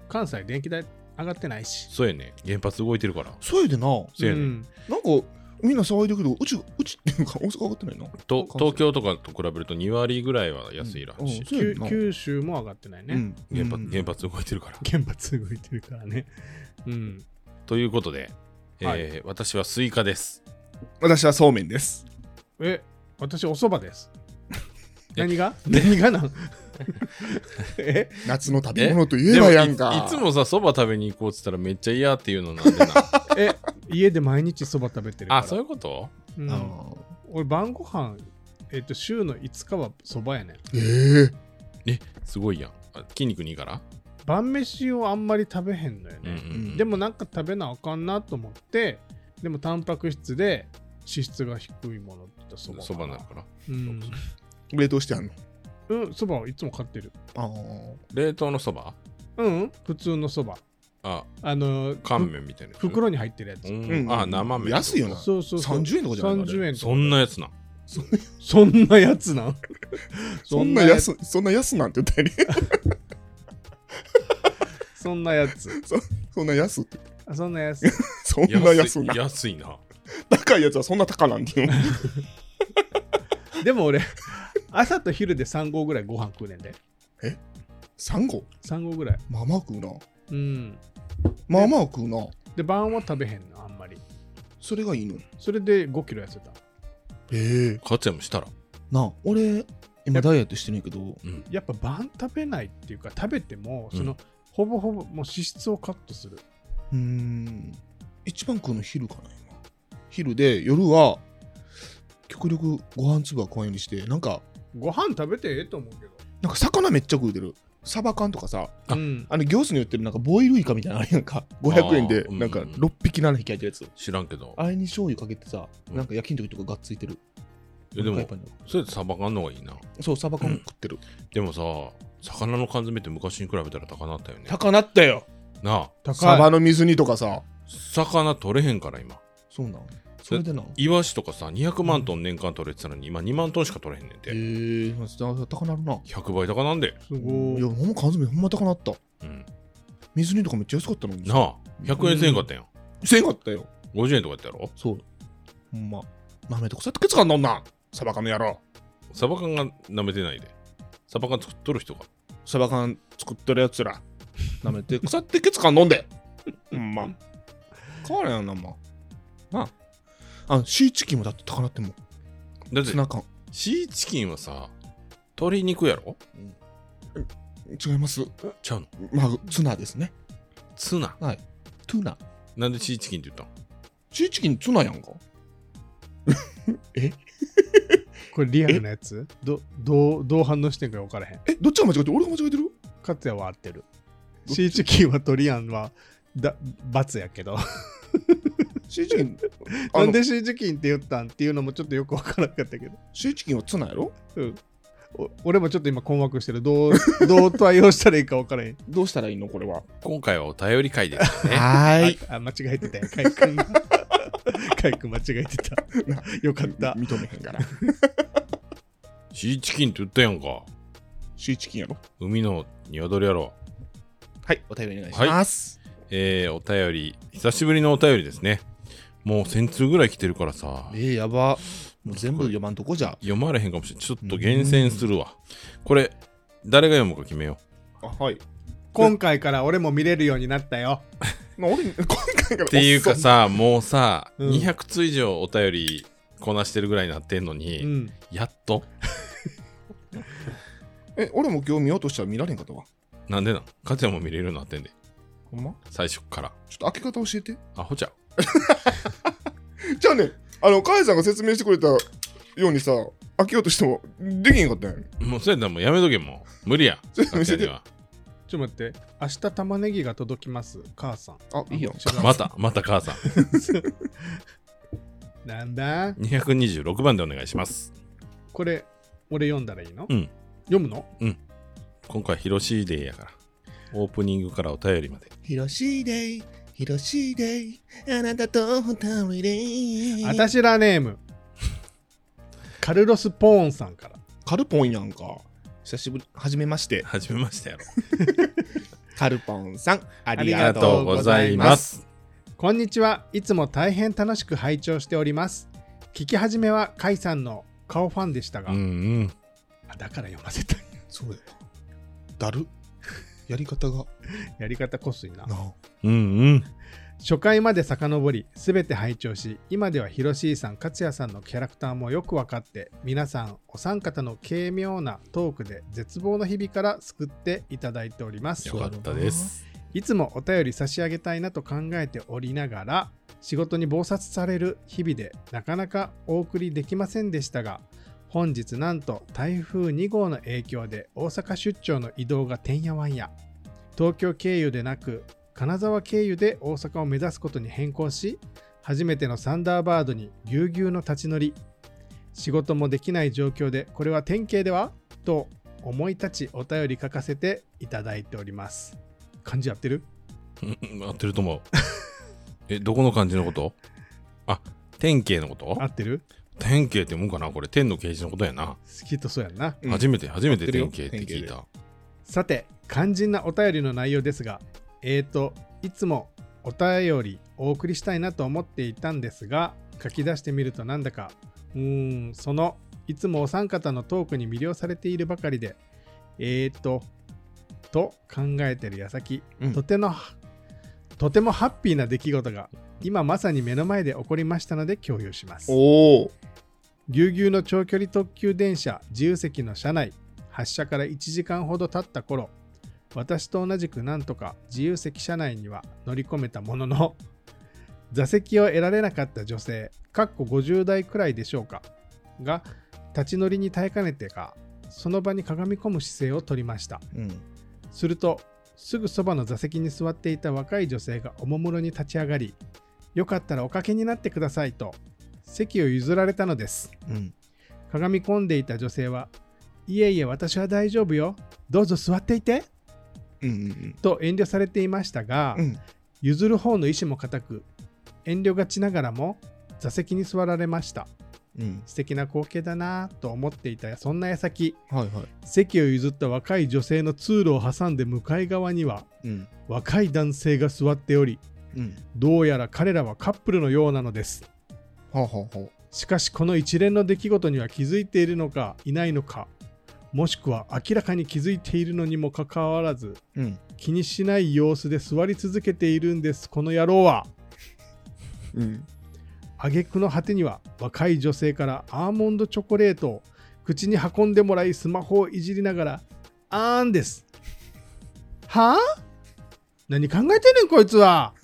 [SPEAKER 1] 関西電気代上がってないし
[SPEAKER 2] そうやねん原発動いてるから。
[SPEAKER 3] そうやでななんか
[SPEAKER 2] そうやねん
[SPEAKER 1] ん
[SPEAKER 3] みんな騒いでるけどうちうち *laughs* っていうか大阪上がってないの
[SPEAKER 2] と
[SPEAKER 3] 関西
[SPEAKER 2] 東京とかと比べると2割ぐらいは安いらしい、
[SPEAKER 3] そうや
[SPEAKER 1] 九
[SPEAKER 3] んな
[SPEAKER 1] 九州も上がってないね、
[SPEAKER 3] うん
[SPEAKER 2] 原発
[SPEAKER 3] うん
[SPEAKER 2] 原発動いてるから。
[SPEAKER 1] 原発動いてるからねうん
[SPEAKER 2] ということで、えー
[SPEAKER 1] はい
[SPEAKER 2] 私はスイカです。
[SPEAKER 3] 私はそうめんです
[SPEAKER 1] え私おそばです何が何がなん *laughs* え
[SPEAKER 3] 夏の食べ物といえばやんか。
[SPEAKER 2] でもいいつもさ、そば食べに行こうっつったらめっちゃ嫌っていうのなんでな。
[SPEAKER 1] え家で毎日そば食べ *laughs* てるから
[SPEAKER 2] あ、そういうこと
[SPEAKER 1] う
[SPEAKER 3] うんん
[SPEAKER 1] 俺晩ご飯えっと週の5日はそばやねん
[SPEAKER 3] ええ
[SPEAKER 2] え、すごいやん。あ筋肉にいいから
[SPEAKER 1] 晩飯をあんまり食べへんのよ
[SPEAKER 2] うんうん
[SPEAKER 1] ね、
[SPEAKER 2] うん
[SPEAKER 1] でもなんか食べなあかんなと思ってでもタンパク質で脂質が低いものってそば
[SPEAKER 2] そばになるから。
[SPEAKER 1] うん
[SPEAKER 3] 冷凍してあんの
[SPEAKER 1] うんそば、をいつも買ってる
[SPEAKER 3] あ
[SPEAKER 2] 冷凍のそば
[SPEAKER 1] うん、うん、普通のそば
[SPEAKER 2] あ、
[SPEAKER 1] あの
[SPEAKER 2] 乾麺みたいなやつ。
[SPEAKER 1] 袋に入ってるや
[SPEAKER 2] う
[SPEAKER 1] つ、
[SPEAKER 2] ん。あ、生麺。
[SPEAKER 3] 安いよな。
[SPEAKER 1] そうそうそう
[SPEAKER 3] 30円とかじゃないのあれ
[SPEAKER 1] 30円とか
[SPEAKER 2] そんなやつな。
[SPEAKER 1] そんなやつなん
[SPEAKER 3] *laughs* そんな
[SPEAKER 1] やつ
[SPEAKER 3] 安、そんな安なんて言ったよね。 *laughs*
[SPEAKER 1] そんなやつ
[SPEAKER 3] そんな安って。
[SPEAKER 1] あそんなやつ
[SPEAKER 3] *laughs* そんな安
[SPEAKER 2] い
[SPEAKER 3] な。
[SPEAKER 2] 安いな。
[SPEAKER 3] 高いやつはそんな高なんていうの。
[SPEAKER 1] でも俺朝と昼で3合ぐらいご飯食うねんで
[SPEAKER 3] 3号
[SPEAKER 1] 3合ぐらい
[SPEAKER 3] まあまあ食うな。
[SPEAKER 1] うん
[SPEAKER 3] まあまあ食うな。
[SPEAKER 1] で晩は食べへんのあんまり
[SPEAKER 3] それがいいの。
[SPEAKER 1] それで5キロ痩せた
[SPEAKER 3] ええ
[SPEAKER 2] かっちゃんもしたら。
[SPEAKER 3] なあ、俺、今ダイエットしてんねんけど、
[SPEAKER 2] うん。
[SPEAKER 1] やっぱ晩食べないっていうか食べても
[SPEAKER 2] うん
[SPEAKER 1] その、ほぼほぼもう脂質をカットする
[SPEAKER 3] うーん、一番食うの昼かな、今。昼で、夜は、極力ご飯粒はこういうにして、なんか、
[SPEAKER 1] ご飯食べてええと思うけど
[SPEAKER 3] なんか魚めっちゃ食うてる。サバ缶とかさ、
[SPEAKER 2] あ
[SPEAKER 1] うん、
[SPEAKER 3] あの行スに売ってるなんかボイルイカみたいなのあれやんか、500円で
[SPEAKER 2] あー
[SPEAKER 3] なんか
[SPEAKER 2] うんうん
[SPEAKER 3] 6匹7匹入ってるやつ。
[SPEAKER 2] 知らんけど。
[SPEAKER 3] あれに醤油かけてさ、
[SPEAKER 2] うん
[SPEAKER 3] なんか焼きの時とかがっついてる。
[SPEAKER 2] えで
[SPEAKER 3] お腹いっ
[SPEAKER 2] も
[SPEAKER 3] ぱい、になる
[SPEAKER 2] それでサバ缶の方がいいな。
[SPEAKER 3] そう、サバ缶も食ってる。
[SPEAKER 2] でもさ、魚の缶詰って昔に比べたら高なったよね。
[SPEAKER 3] 高なったよ
[SPEAKER 2] なあ、
[SPEAKER 1] 高い
[SPEAKER 3] サバの水煮とかさ。
[SPEAKER 2] 魚取れへんから今。
[SPEAKER 3] そうなん。それでな。
[SPEAKER 2] イワシとかさ、200万トン年間取れてたのに、今2万トンしか取れへんねん
[SPEAKER 3] え
[SPEAKER 2] て。
[SPEAKER 3] ー、まあ高なるな。
[SPEAKER 2] 100倍高なんで。
[SPEAKER 1] すご
[SPEAKER 3] い
[SPEAKER 1] い
[SPEAKER 3] や、ほんま缶詰ほんま高なった。
[SPEAKER 2] うん。
[SPEAKER 3] 水煮とかめっちゃ安かったのに。
[SPEAKER 2] なあ、100円せんかったやん。
[SPEAKER 3] せんかったよ。
[SPEAKER 2] 50円とかやったやろ
[SPEAKER 3] そう。ほんま。なめとくさってケツかんのんな。サバ缶の野郎。
[SPEAKER 2] サバ缶が舐めてないで。サバ缶作っとる人が。
[SPEAKER 3] サバ缶作ってるやつら。なめて腐ってケツかん飲んで。ほんま。変わらんよな、まあ。なあ。あ、シーチキンもだって高なってんもん。
[SPEAKER 2] だって
[SPEAKER 3] ツ、ナ缶。
[SPEAKER 2] シーチキンはさ、鶏肉やろ
[SPEAKER 3] 違います。
[SPEAKER 2] ちゃうの
[SPEAKER 3] まあ、ツナですね。
[SPEAKER 2] ツナ。
[SPEAKER 3] トゥナ。
[SPEAKER 2] なんでシーチキンって言ったの
[SPEAKER 3] シーチキンツナやんか。
[SPEAKER 1] これリアルなやつどどうどう反応してんか分からへん
[SPEAKER 3] え、どっちが間違えてる俺が間違えてる
[SPEAKER 1] 勝也は合ってる
[SPEAKER 3] どっち
[SPEAKER 1] シーチキンはトリアンはだ罰やけど。
[SPEAKER 3] シーチキ *laughs* ンあ
[SPEAKER 1] なん
[SPEAKER 3] の
[SPEAKER 1] でシーチキンって言ったんっていうのもちょっとよく分からなかったけど、
[SPEAKER 3] シーチキンはツナやろ
[SPEAKER 1] うん、お俺もちょっと今困惑してるどうどう対応したらいいか分からへん
[SPEAKER 3] どうしたらいいのこれは。
[SPEAKER 2] 今回はお便り会 *laughs* ですね。
[SPEAKER 3] は
[SPEAKER 1] あ間違えてたよカイ
[SPEAKER 3] *laughs*
[SPEAKER 1] 君がカイ君間違えてたよかった
[SPEAKER 3] 認めへんから。
[SPEAKER 2] シーチキンって言ったやんか。
[SPEAKER 3] シーチキンやろ
[SPEAKER 2] 海の鶏やろ。
[SPEAKER 3] はい、お便りお願い。
[SPEAKER 2] しますえー、お便り、久しぶりのお便りですね。もう1000通ぐらい来てるからさ。
[SPEAKER 3] えー、やば。もう全部読まんとこじゃ。
[SPEAKER 2] 読まれへんかもしれん。ちょっと厳選するわ。これ、誰が読むか決めよ
[SPEAKER 3] あ、はい。
[SPEAKER 1] 今回から俺も見れるようになったよ
[SPEAKER 3] まあ、俺、今回から。
[SPEAKER 2] う。っていうかさ、もうさ、
[SPEAKER 1] うん
[SPEAKER 2] 200通以上お便りこなしてるぐらいになってんのに、
[SPEAKER 1] うん
[SPEAKER 2] やっと
[SPEAKER 3] 遅っ。え、俺も今日見ようとしたら見られんかったわ。
[SPEAKER 2] なんでなんかちゃんも見れるようになってんで、
[SPEAKER 3] ほんま
[SPEAKER 2] 最初っから。
[SPEAKER 3] ちょっと開け方教えて。
[SPEAKER 2] アホちゃう。
[SPEAKER 3] じゃあね、あの、カエさんが説明してくれたようにさ、開けようとしてもできへんかったんやん。
[SPEAKER 2] もうそれだもうやめとけもう。無理や。
[SPEAKER 3] ちょっと
[SPEAKER 2] かっ
[SPEAKER 3] 見
[SPEAKER 2] ちゃ
[SPEAKER 3] せ
[SPEAKER 2] んに
[SPEAKER 3] て
[SPEAKER 2] は
[SPEAKER 1] ちょっと待って明日玉ねぎが届きます母さん
[SPEAKER 3] あ、いいよ。
[SPEAKER 1] 違う
[SPEAKER 2] また、また母さん。
[SPEAKER 1] なんだ
[SPEAKER 2] 226番でお願いします。
[SPEAKER 1] これ俺読んだらいいの、
[SPEAKER 2] うん
[SPEAKER 1] 読むの
[SPEAKER 2] 今回、広しいデーやから。オープニングからお便りまで。
[SPEAKER 4] ヒロシーデイ、ヒロシーデイ、あなたと二人で。
[SPEAKER 1] あたしらネー
[SPEAKER 2] *laughs*
[SPEAKER 1] ムカルロス・ポーンさんから
[SPEAKER 3] カルポンやんか。久しぶり、はじめまして。
[SPEAKER 2] はじめましたやろ。
[SPEAKER 3] カルポンさん、あ
[SPEAKER 1] り
[SPEAKER 3] り
[SPEAKER 2] あり
[SPEAKER 1] が
[SPEAKER 3] がと
[SPEAKER 2] が
[SPEAKER 3] う。
[SPEAKER 2] とうございます。
[SPEAKER 1] こんにちは。いつも大変楽しく拝聴しております。聞き始めは甲斐さんの顔ファンでしたが、
[SPEAKER 2] うんうん。
[SPEAKER 1] あだから読ませたい。
[SPEAKER 3] そうや。だる。やり方が。
[SPEAKER 1] *laughs* やり方こすいな
[SPEAKER 3] な。あ
[SPEAKER 2] うんうん。
[SPEAKER 1] 初回まで遡り全て拝聴し今ではヒロシーさん勝也さんのキャラクターもよく分かって皆さんお三方の軽妙なトークで絶望の日々から救っていただいております
[SPEAKER 2] よかったです。
[SPEAKER 1] いつもお便り差し上げたいなと考えておりながら仕事に忙殺される日々でなかなかお送りできませんでしたが本日なんと台風2号の影響で大阪出張の移動がてんやわんや東京経由でなく金沢経由で大阪を目指すことに変更し初めてのサンダーバードにぎゅうぎゅうの立ち乗り仕事もできない状況でこれは典型ではと思い立ちお便り書かせていただいております漢字やってる
[SPEAKER 2] うん合ってると思う。 *laughs* え、どこの漢字のことあ、天慶のこと
[SPEAKER 1] 合ってる
[SPEAKER 2] 天慶ってもんかなこれ天の啓示のことやな。
[SPEAKER 1] きっとそうやんな
[SPEAKER 3] うん
[SPEAKER 2] 初めて、初め
[SPEAKER 3] 合っててるよ
[SPEAKER 2] 天慶って聞いた。
[SPEAKER 1] さて肝心なお便りの内容ですがえーといつもお便りお送りしたいなと思っていたんですが書き出してみるとなんだかうーんそのいつもお三方のトークに魅了されているばかりでえーとと考えてる矢先、
[SPEAKER 3] うん
[SPEAKER 1] とてのとてもハッピーな出来事が今まさに目の前で起こりましたので共有します
[SPEAKER 3] おお。
[SPEAKER 1] ぎゅうぎゅうの長距離特急電車自由席の車内発車から1時間ほど経った頃私と同じくなんとか自由席車内には乗り込めたものの座席を得られなかった女性かっこ50代くらいでしょうかが立ち乗りに耐えかねてかその場にかがみ込む姿勢をとりました
[SPEAKER 3] うん。
[SPEAKER 1] するとすぐそばの座席に座っていた若い女性がおもむろに立ち上がりよかったらおかけになってくださいと席を譲られたのです
[SPEAKER 3] うん。
[SPEAKER 1] かがみ込んでいた女性は「いえいえ私は大丈夫よどうぞ座っていて
[SPEAKER 3] うん」。
[SPEAKER 1] と遠慮されていましたが、
[SPEAKER 3] うん。
[SPEAKER 1] 譲る方の意思も固く遠慮がちながらも座席に座られました
[SPEAKER 3] うん。
[SPEAKER 1] 素敵な光景だなぁと思っていたそんな矢先
[SPEAKER 3] はいはい。
[SPEAKER 1] 席を譲った若い女性の通路を挟んで向かい側には
[SPEAKER 3] うん。
[SPEAKER 1] 若い男性が座っており
[SPEAKER 3] うん。
[SPEAKER 1] どうやら彼らはカップルのようなのです
[SPEAKER 3] はあ、はあは
[SPEAKER 1] しかしこの一連の出来事には気づいているのかいないのかもしくは明らかに気づいているのにもかかわらず
[SPEAKER 3] あ、うん。
[SPEAKER 1] 気にしない様子で座り続けているんですこの野郎は
[SPEAKER 3] うん。
[SPEAKER 1] 挙句の果てには若い女性からアーモンドチョコレートを口に運んでもらいスマホをいじりながら「あーんです」はあ何考えてんねんこいつは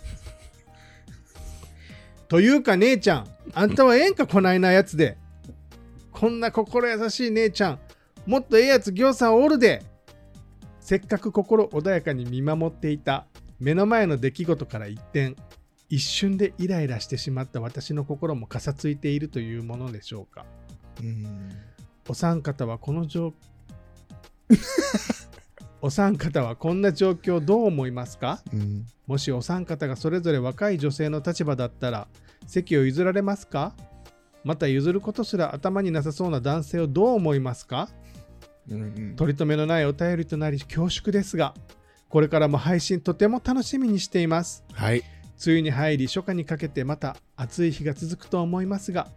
[SPEAKER 1] というか姉ちゃんあんたはええんかこないなやつでこんな心優しい姉ちゃんもっとええやつぎょうさんおるでせっかく心穏やかに見守っていた目の前の出来事から一転一瞬でイライラしてしまった私の心もかさついているというものでしょうか
[SPEAKER 3] うん。
[SPEAKER 1] お三方はこの状 *laughs* お三方はこんな状況どう思いますか
[SPEAKER 3] うん。
[SPEAKER 1] もしお三方がそれぞれ若い女性の立場だったら席を譲られますかまた譲ることすら頭になさそうな男性をどう思いますか
[SPEAKER 3] うん。
[SPEAKER 1] 取り留めのないお便りとなり恐縮ですがこれからも配信とても楽しみにしています
[SPEAKER 2] はい。
[SPEAKER 1] 梅雨に入り初夏にかけてまた暑い日が続くと思いますが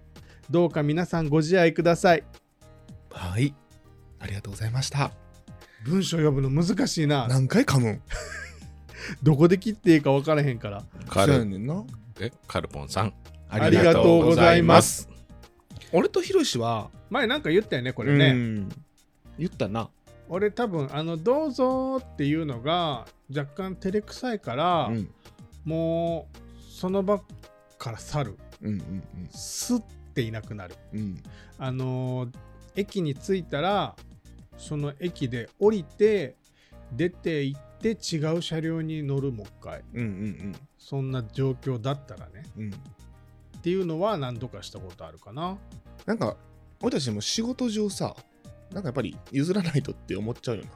[SPEAKER 1] どうか皆さんご自愛ください
[SPEAKER 3] はい。ありがとうございました。
[SPEAKER 1] 文章読むの難しいな
[SPEAKER 3] 何回かむん。
[SPEAKER 1] どこで切っていいか分からへんから
[SPEAKER 2] カ
[SPEAKER 3] そうや
[SPEAKER 2] ル、
[SPEAKER 3] ねんな。。
[SPEAKER 2] え、カルポンさん。
[SPEAKER 1] ありがとうございます
[SPEAKER 3] 俺とヒロシは、
[SPEAKER 1] 前なんか言ったよねこ
[SPEAKER 3] こ
[SPEAKER 1] れね、
[SPEAKER 3] 言ったな。
[SPEAKER 1] 俺多分あの「どうぞ」っていうのが若干照れくさいから、
[SPEAKER 3] うん。
[SPEAKER 1] もうその場から去る
[SPEAKER 3] うん
[SPEAKER 1] スッていなくなる
[SPEAKER 3] うんうん。
[SPEAKER 1] あのー駅に着いたらその駅で降りて出て行って違う車両に乗るもう一回
[SPEAKER 3] うんうん
[SPEAKER 1] そんな状況だったらね
[SPEAKER 3] うん。うん。
[SPEAKER 1] っていうのは何度かしたことあるかな
[SPEAKER 3] なんか、俺たちも仕事上さ、なんかやっぱり譲らないとって思っちゃうよな。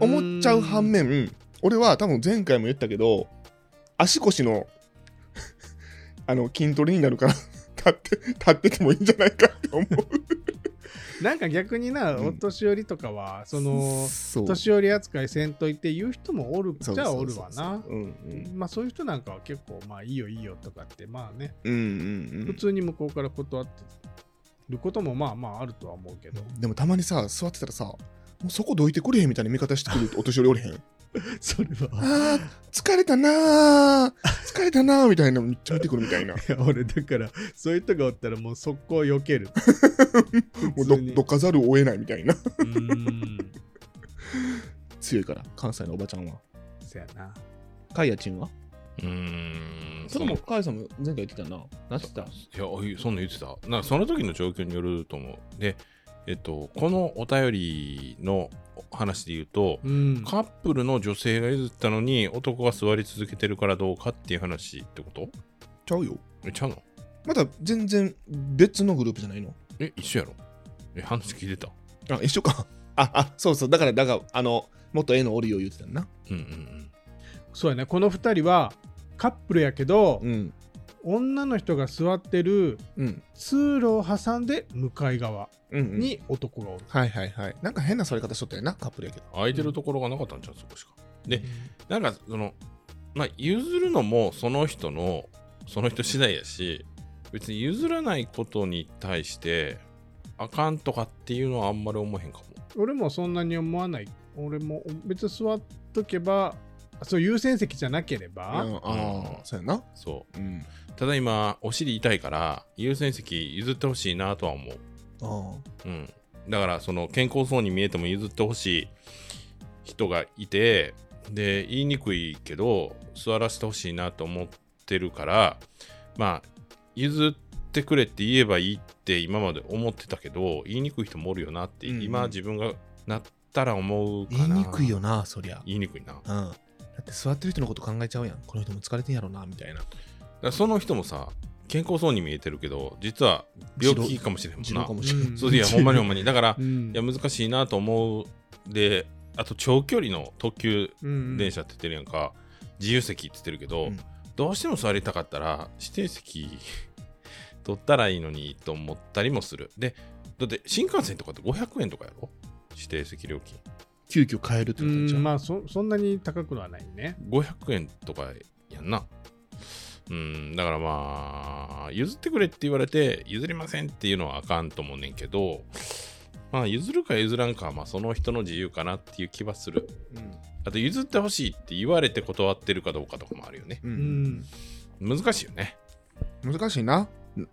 [SPEAKER 3] 思っちゃう反面、俺は多分前回も言ったけど、足腰の *laughs* あの筋トレになるから、立って、立っててもいいんじゃないかって思う。
[SPEAKER 1] なんか逆にな、
[SPEAKER 3] うん
[SPEAKER 1] お年寄りとかはその
[SPEAKER 3] そう
[SPEAKER 1] 年寄り扱いせんといて言う人もおる
[SPEAKER 3] そう
[SPEAKER 1] じゃあおるわ
[SPEAKER 3] そう
[SPEAKER 1] な
[SPEAKER 3] そうそううん
[SPEAKER 1] まあそういう人なんかは結構まあいいよいいよとかってまあね
[SPEAKER 3] うん。うんうんうん
[SPEAKER 1] 普通に向こうから断ってることもまあまああるとは思うけど
[SPEAKER 3] *laughs*
[SPEAKER 1] *laughs*
[SPEAKER 3] でもたまにさ、座ってたらさ、もうそこどいてくれへんみたいな見方してくるお年寄りおれへん。
[SPEAKER 1] それは。
[SPEAKER 3] あー疲れたなー疲れたなーみたいなめっちゃ見てくるみ
[SPEAKER 1] *laughs*
[SPEAKER 3] たいな
[SPEAKER 1] いや俺だからそういう人がおったらもう速攻避け *laughs* る
[SPEAKER 3] も
[SPEAKER 1] 普
[SPEAKER 3] う
[SPEAKER 1] 通
[SPEAKER 3] ど
[SPEAKER 1] に
[SPEAKER 3] どかざるを得ないみたいな *laughs*
[SPEAKER 1] うーん
[SPEAKER 3] 強いから関西のおばちゃんは
[SPEAKER 1] *laughs* そやな
[SPEAKER 3] カイヤチンは
[SPEAKER 2] うーん。
[SPEAKER 3] それもカイヤさんも前回言ってたな何て言って
[SPEAKER 2] いや、おいそんなん言ってた。なんかその時の状況によると思う。で、えっと、このお便りの話で言うと、
[SPEAKER 1] うん
[SPEAKER 2] カップルの女性が譲ったのに男が座り続けてるからどうかっていう話ってこと
[SPEAKER 3] たちゃうよ
[SPEAKER 2] え、ちゃうの
[SPEAKER 3] まだ全然別のグループじゃないの
[SPEAKER 2] え、一緒やろえ、話聞いてた
[SPEAKER 3] あ一緒か *laughs* ああそうそうだからだからあのもっと絵のおるよ言ってたな
[SPEAKER 2] うんうん
[SPEAKER 1] そうやねこの2人はカップルやけど、
[SPEAKER 3] ん
[SPEAKER 1] 女の人が座ってる
[SPEAKER 3] うん
[SPEAKER 1] 通路を挟んで向かい側
[SPEAKER 3] うん、うん、
[SPEAKER 1] に男がおる、
[SPEAKER 3] はいはいはいなんか変な座り方しとったよなカップルやけど
[SPEAKER 2] うん。空いてるところがなかったんじゃん、そこしか。でなんか、その、まあ、譲るのもその人の、その人次第やし、別に譲らないことに対して、あかんとかっていうのはあんまり思えへんかも。
[SPEAKER 1] 俺もそんなに思わない俺も別に座っとけばそう優先席じゃなければ、
[SPEAKER 3] うん、ああそうやな
[SPEAKER 2] そ
[SPEAKER 3] うん
[SPEAKER 2] う。ただ今、お尻痛いから、優先席譲ってほしいなとは思う。
[SPEAKER 3] ああ
[SPEAKER 2] うん。だから、その、健康そうに見えても譲ってほしい人がいて、で、言いにくいけど、座らせてほしいなと思ってるから、まあ、譲ってくれって言えばいいって今まで思ってたけど、言いにくい人もおるよなって、
[SPEAKER 3] うんうん
[SPEAKER 2] 今自分がなったら思うか
[SPEAKER 3] 言
[SPEAKER 2] な。
[SPEAKER 3] いにくいよ。なそりゃ
[SPEAKER 2] 言いにくいな。だか
[SPEAKER 3] うんだって座ってる人のこと考えちゃうやんこの人も疲れてんやろなみたいな
[SPEAKER 2] らその人もさ、健康そうに見えてるけど、実は病気かもしれんもん
[SPEAKER 3] 自分
[SPEAKER 2] な
[SPEAKER 3] か。もしれん、
[SPEAKER 1] うん
[SPEAKER 2] そういや、ほんまにほんまに。だから
[SPEAKER 1] う、ん
[SPEAKER 2] いや難しいなと思うであと長距離の特急
[SPEAKER 1] うん
[SPEAKER 2] 電車って言ってるやんか、自由席って言ってるけど、
[SPEAKER 3] うん
[SPEAKER 2] どうしても座りたかったら指定席 *laughs* 取ったらいいのにと思ったりもするでだって新幹線とかって500円とかやろ指定席料金
[SPEAKER 3] *laughs* 急遽変えるって
[SPEAKER 1] う
[SPEAKER 3] ことじゃ
[SPEAKER 1] ん
[SPEAKER 3] ん、
[SPEAKER 1] まあそそんなに高くはないね
[SPEAKER 2] 500円とかやんなうんだからまあ譲ってくれって言われて譲りませんっていうのはあかんと思うねんけどまあ譲るか譲らんかはまあその人の自由かなっていう気はするあと譲ってほしいって言われて断ってるかどうかとかもあるよね。
[SPEAKER 3] うん
[SPEAKER 1] う
[SPEAKER 3] うん
[SPEAKER 1] ん
[SPEAKER 2] 難しいよね。
[SPEAKER 3] 難しいな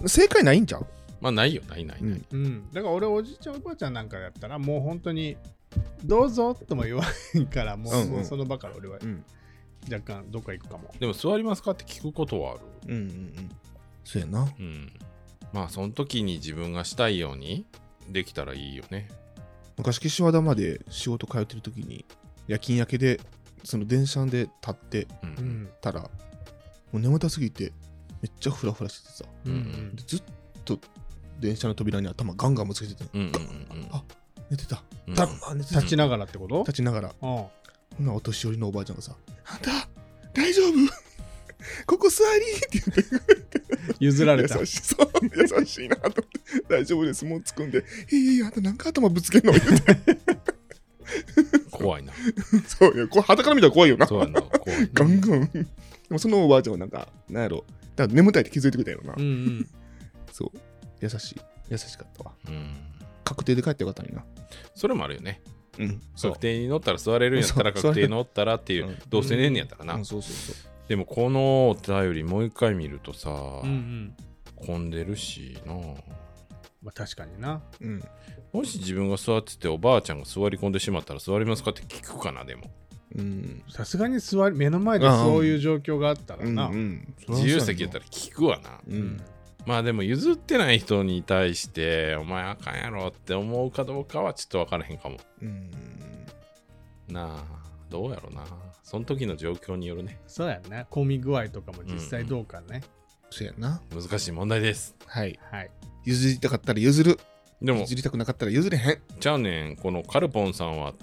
[SPEAKER 3] 正解ないんちゃう、
[SPEAKER 2] まあないよ、ないないな
[SPEAKER 3] う
[SPEAKER 2] い。
[SPEAKER 3] ん
[SPEAKER 1] うん、だから俺おじいちゃんおばあちゃんなんかやったらもう本当に「どうぞ」とも言わへんからもう,、
[SPEAKER 3] うんうん
[SPEAKER 1] その場から俺は
[SPEAKER 3] うん
[SPEAKER 1] 若干どっか行くかも、
[SPEAKER 2] でも座りますかって聞くことはある。
[SPEAKER 3] うんうんそうやな
[SPEAKER 2] うん。まあその時に自分がしたいようにできたらいいよね。
[SPEAKER 3] 昔岸和田まで仕事通ってる時に夜勤明けでその電車で立って
[SPEAKER 2] う。
[SPEAKER 1] うんん
[SPEAKER 3] たらもう眠たすぎてめっちゃフラフラしててさ
[SPEAKER 1] うん
[SPEAKER 2] うん
[SPEAKER 3] でずっと電車の扉に頭ガンガンぶつけてて
[SPEAKER 2] うんうん
[SPEAKER 3] あ寝てた
[SPEAKER 2] うんうん。
[SPEAKER 3] ガンガン寝てた
[SPEAKER 1] 立ちながらってこと、
[SPEAKER 3] 立ちながら
[SPEAKER 1] うん、
[SPEAKER 3] ほなお年寄りのおばあちゃんがさ「あんた大丈夫 *laughs* ここ座り!」って言って
[SPEAKER 1] 譲られた
[SPEAKER 3] 優しそう優しいなと思って大丈夫ですもうつくんで「いやいやあんたなんか頭ぶつけんの?」 *laughs* 言って
[SPEAKER 2] 怖いな。
[SPEAKER 3] そうよこれ肌から見たら怖いよな
[SPEAKER 2] そうやな。怖い。
[SPEAKER 3] ガンガンでもそのおばあちゃんはなんかなんやろだから眠たいって気づいてくれたよな、
[SPEAKER 1] うんうん
[SPEAKER 3] そう優しい優しかったわ
[SPEAKER 2] うん。
[SPEAKER 3] 確定で帰ってよかったのにな
[SPEAKER 2] それもあるよね。
[SPEAKER 3] うんそう
[SPEAKER 2] 確定に乗ったら座れるんやったら
[SPEAKER 3] そう座
[SPEAKER 2] 確
[SPEAKER 3] れ、
[SPEAKER 2] 定に乗ったらっていううんどうせねえんやったらな
[SPEAKER 3] うん。そうそうそう
[SPEAKER 2] でもこのお便りもう一回見るとさ
[SPEAKER 1] うんう、ん
[SPEAKER 2] 混んでるしな。
[SPEAKER 1] まあ確かにな
[SPEAKER 3] うん
[SPEAKER 2] もし自分が座ってておばあちゃんが座り込んでしまったら座りますかって聞くかなでも
[SPEAKER 3] うん
[SPEAKER 1] さすがに座り目の前でそういう状況があったら
[SPEAKER 3] うん
[SPEAKER 1] な、
[SPEAKER 3] うん
[SPEAKER 2] 自由席やった
[SPEAKER 3] ら
[SPEAKER 2] ら聞くわな
[SPEAKER 3] うん
[SPEAKER 2] まあでも譲ってない人に対してお前あかんやろって思うかどうかはちょっと分からへんかも
[SPEAKER 3] うん
[SPEAKER 2] なあどうやろなその時の状況によるね
[SPEAKER 1] そうやね混み具合とかも実際どうかね、
[SPEAKER 3] そうやな
[SPEAKER 2] 難しい問題です
[SPEAKER 3] はい
[SPEAKER 1] はい
[SPEAKER 3] 譲りたかったら譲る
[SPEAKER 2] でも
[SPEAKER 3] 譲りたくなかったら譲れへん
[SPEAKER 2] ちゃうねんこのカルポンさんは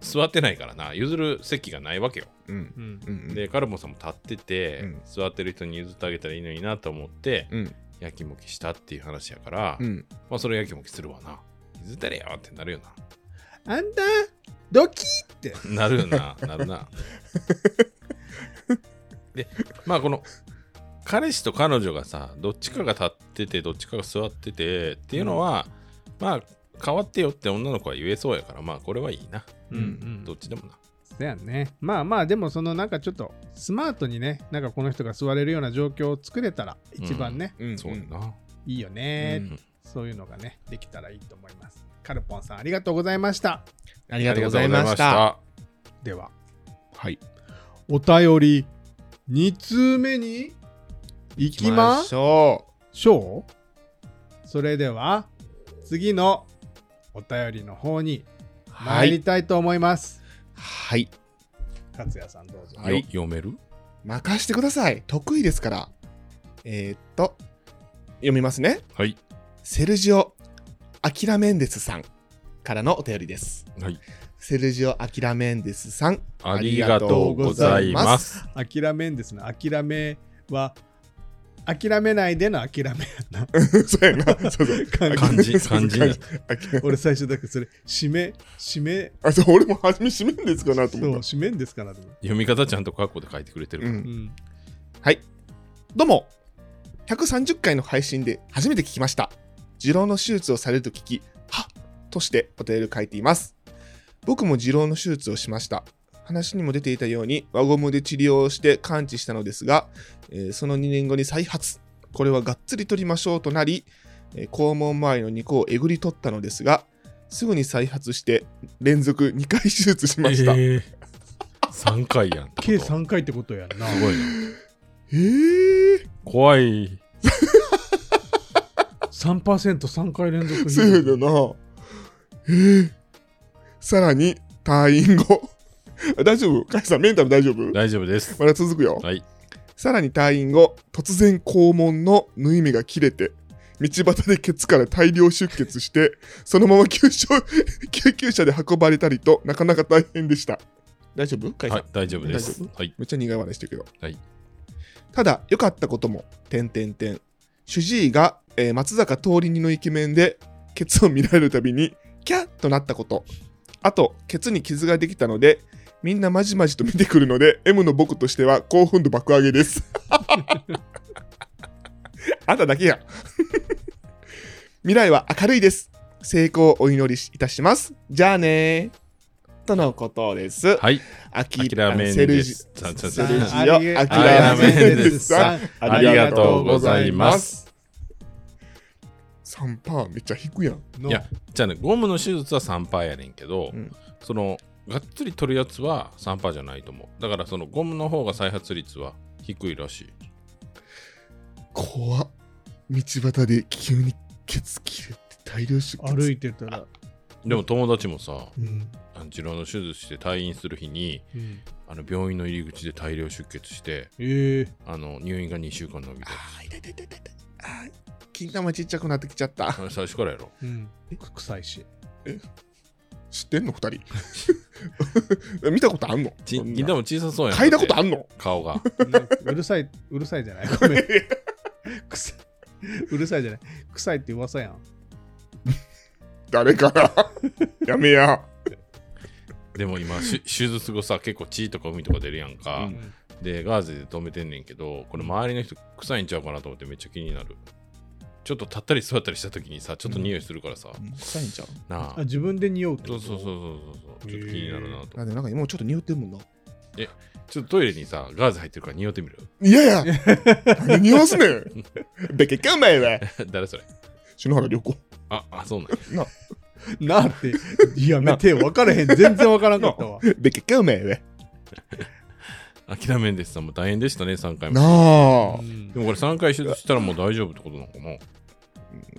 [SPEAKER 2] 座ってないからな譲る席がないわけよ
[SPEAKER 3] うん
[SPEAKER 1] うん
[SPEAKER 3] うん
[SPEAKER 2] でカルポンさんも立ってて、
[SPEAKER 3] うん
[SPEAKER 2] 座ってる人に譲ってあげたらいいのになと思って
[SPEAKER 3] うん
[SPEAKER 2] やきもきしたっていう話やから、
[SPEAKER 3] うん
[SPEAKER 2] まあそれやきもきするわな。譲ったれよってなるよ
[SPEAKER 1] あんたドキ
[SPEAKER 2] な。 *laughs* なるよな。なるな。で、まあこの彼氏と彼女がさ、どっちかが立ってて、どっちかが座っててっていうのは、まあ変わってよって女の子は言えそうやから、まあこれはいいな。
[SPEAKER 1] うんうん
[SPEAKER 2] どっちでもな。
[SPEAKER 1] そうやね。まあまあ、でもそのなんかちょっとスマートにね、なんかこの人が座れるような状況を作れたら一番ね、
[SPEAKER 3] うん
[SPEAKER 2] そうやな。
[SPEAKER 1] いいよね、
[SPEAKER 2] うん
[SPEAKER 1] そういうのがね、できたらいいと思います。カルポンさん、ありがとうございました。
[SPEAKER 3] ありが
[SPEAKER 2] あ
[SPEAKER 3] と
[SPEAKER 2] り
[SPEAKER 3] うご
[SPEAKER 2] がとう
[SPEAKER 3] ざい
[SPEAKER 2] ござ
[SPEAKER 3] ま
[SPEAKER 2] いまし
[SPEAKER 3] した。
[SPEAKER 2] た。
[SPEAKER 1] では、
[SPEAKER 3] はい。
[SPEAKER 1] お便り2通目に行きま
[SPEAKER 3] しょう。
[SPEAKER 1] しょうそれでは、次のお便りの方に
[SPEAKER 3] は
[SPEAKER 1] 参り
[SPEAKER 3] い。
[SPEAKER 1] たいと思います。
[SPEAKER 3] はい。
[SPEAKER 1] 勝也さん、どうぞ。
[SPEAKER 3] はい
[SPEAKER 2] よ読める
[SPEAKER 3] 任してください。得意ですから。えーっと、読みますね。
[SPEAKER 2] はい。
[SPEAKER 3] セルジオ・アキラメンデスさんからのお便りです。
[SPEAKER 2] はい。
[SPEAKER 3] セルジオ・アキラメンデスさん、
[SPEAKER 2] ありがとうございます。
[SPEAKER 1] 諦めんですね。諦めは、諦めないでの諦めやな。
[SPEAKER 3] そうやな。
[SPEAKER 2] *laughs*
[SPEAKER 3] そうそう。
[SPEAKER 2] 漢字、
[SPEAKER 3] そうそ
[SPEAKER 2] 漢
[SPEAKER 3] う
[SPEAKER 2] 字になっ
[SPEAKER 3] あきら
[SPEAKER 1] 俺最初だけどそれ、締め、締め、
[SPEAKER 3] あ、そう、俺も初めしめんですかなと
[SPEAKER 1] そう、
[SPEAKER 3] 思った。
[SPEAKER 1] 締めんですかなと思って。
[SPEAKER 2] 読み方ちゃんと括弧で書いてくれてる
[SPEAKER 3] う。
[SPEAKER 2] から。
[SPEAKER 1] うんん。
[SPEAKER 3] はい。どうも。130回の配信で初めて聞きました。次郎の手術をされると聞き、はっとしてお便りを書いています。僕も次郎の手術をしました。話にも出ていたように輪ゴムで治療をして完治したのですが、えーその2年後に再発。これはがっつり取りましょうとなり、えー肛門周りの肉をえぐり取ったのですが、すぐに再発して連続2回手術しました。え
[SPEAKER 2] えー3回やん。
[SPEAKER 1] 計3回ってことやんな。
[SPEAKER 2] すごいな。
[SPEAKER 3] ー、
[SPEAKER 2] 怖い。
[SPEAKER 1] 3%3 回連
[SPEAKER 3] *laughs*
[SPEAKER 1] 続
[SPEAKER 3] そうだな。えーさらに退院後。 *laughs* 大丈夫カイさん、メンタル大丈夫
[SPEAKER 2] 大丈夫です。
[SPEAKER 3] まだ続くよ。
[SPEAKER 2] はい。
[SPEAKER 3] さらに退院後、突然肛門の縫い目が切れて、道端でケツから大量出血して、そのまま救傷 *laughs* 救急車で運ばれたりとなかなか大変でした。大丈夫カイさん
[SPEAKER 2] はい、大丈夫です
[SPEAKER 3] 大丈。
[SPEAKER 2] はい。
[SPEAKER 3] めっちゃ苦い話してるけど。
[SPEAKER 2] はい
[SPEAKER 3] ただ、良かったことも、点点点。主治医が、えー松坂桃李似のイケメンで、ケツを見られるたびに、キャッとなったこと。あと、ケツに傷ができたので、みんなまじまじと見てくるので、M の僕としては興奮度爆上げです。 *laughs* あんただけや。未来は明るいです。成功をお祈りいたします。じゃあねー。とのことです。
[SPEAKER 2] はい。
[SPEAKER 3] あき
[SPEAKER 2] 諦めん
[SPEAKER 3] セル
[SPEAKER 2] で
[SPEAKER 3] ジ
[SPEAKER 2] す。ちゃちゃち
[SPEAKER 1] さ
[SPEAKER 2] ゃ
[SPEAKER 1] あ
[SPEAKER 3] セルジ
[SPEAKER 1] ありが
[SPEAKER 2] 諦めんです
[SPEAKER 3] さん
[SPEAKER 2] ありがとうございます。
[SPEAKER 3] 3パーめっちゃ引くやん。
[SPEAKER 1] の
[SPEAKER 2] いやじゃあね、ゴムの手術は3パーやねんけど、
[SPEAKER 3] うん
[SPEAKER 2] その、がっつり取るやつは3パーじゃないと思う。だから、そのゴムの方が再発率は低いらしい。
[SPEAKER 3] 怖っ。道端で急にケツ切れて大量出血。
[SPEAKER 1] 歩いてたら、
[SPEAKER 2] でも友達もさ、
[SPEAKER 1] うん
[SPEAKER 2] あの治療の手術して退院する日に、あの病院の入り口で大量出血して、
[SPEAKER 1] ええ
[SPEAKER 2] あの入院が2週間伸びて。
[SPEAKER 3] あー、痛い痛い痛い痛い痛い。あー金玉ちっちゃくなってきちゃった。
[SPEAKER 2] あれ最初からやろ。
[SPEAKER 1] うん臭いし
[SPEAKER 3] 知ってんの二人。 *laughs* 見たことあんの
[SPEAKER 2] ち
[SPEAKER 3] そんな
[SPEAKER 2] 銀玉小さそうやん。
[SPEAKER 3] 嗅いだことあんの
[SPEAKER 2] 顔が。
[SPEAKER 1] なんかうるさいうるさいじゃないごめん臭いうるさいじゃない臭いって噂やん
[SPEAKER 3] 誰から *laughs* やめや。
[SPEAKER 2] でも今、し手術後さ、結構血とか海とか出るやんか。
[SPEAKER 3] うん
[SPEAKER 2] で、ガーゼで止めてんねんけど、これ周りの人臭いんちゃうかなと思ってめっちゃ気になる。ちょっと立ったり座ったりした時にさ、ちょっと匂いするからさ、
[SPEAKER 3] 臭いんちゃう
[SPEAKER 2] な
[SPEAKER 1] あ
[SPEAKER 2] あ。
[SPEAKER 1] 自分で匂うって
[SPEAKER 2] そ
[SPEAKER 1] こ
[SPEAKER 2] う
[SPEAKER 1] と
[SPEAKER 2] そうそうそうそう。ちょっと気になるなと。
[SPEAKER 3] あでもなんかもうちょっと匂ってるもんな。
[SPEAKER 2] ちょっとトイレにさ、ガーゼ入ってるから匂ってみる。 *laughs*
[SPEAKER 3] いやいや何匂わすねん *laughs* ベケかお前は
[SPEAKER 2] 誰それ
[SPEAKER 3] 篠原涼子。
[SPEAKER 2] あ、あ、そうなんや。
[SPEAKER 1] なあ *laughs* ってやめてよ分からへん全然分からんかった *laughs* わ
[SPEAKER 3] ベケかお前は
[SPEAKER 2] 諦めんですさんも大変でしたね、3回
[SPEAKER 3] な
[SPEAKER 2] も。
[SPEAKER 3] あ
[SPEAKER 1] う。ん
[SPEAKER 2] でもこれ3回手術したらもう大丈夫ってことなのかな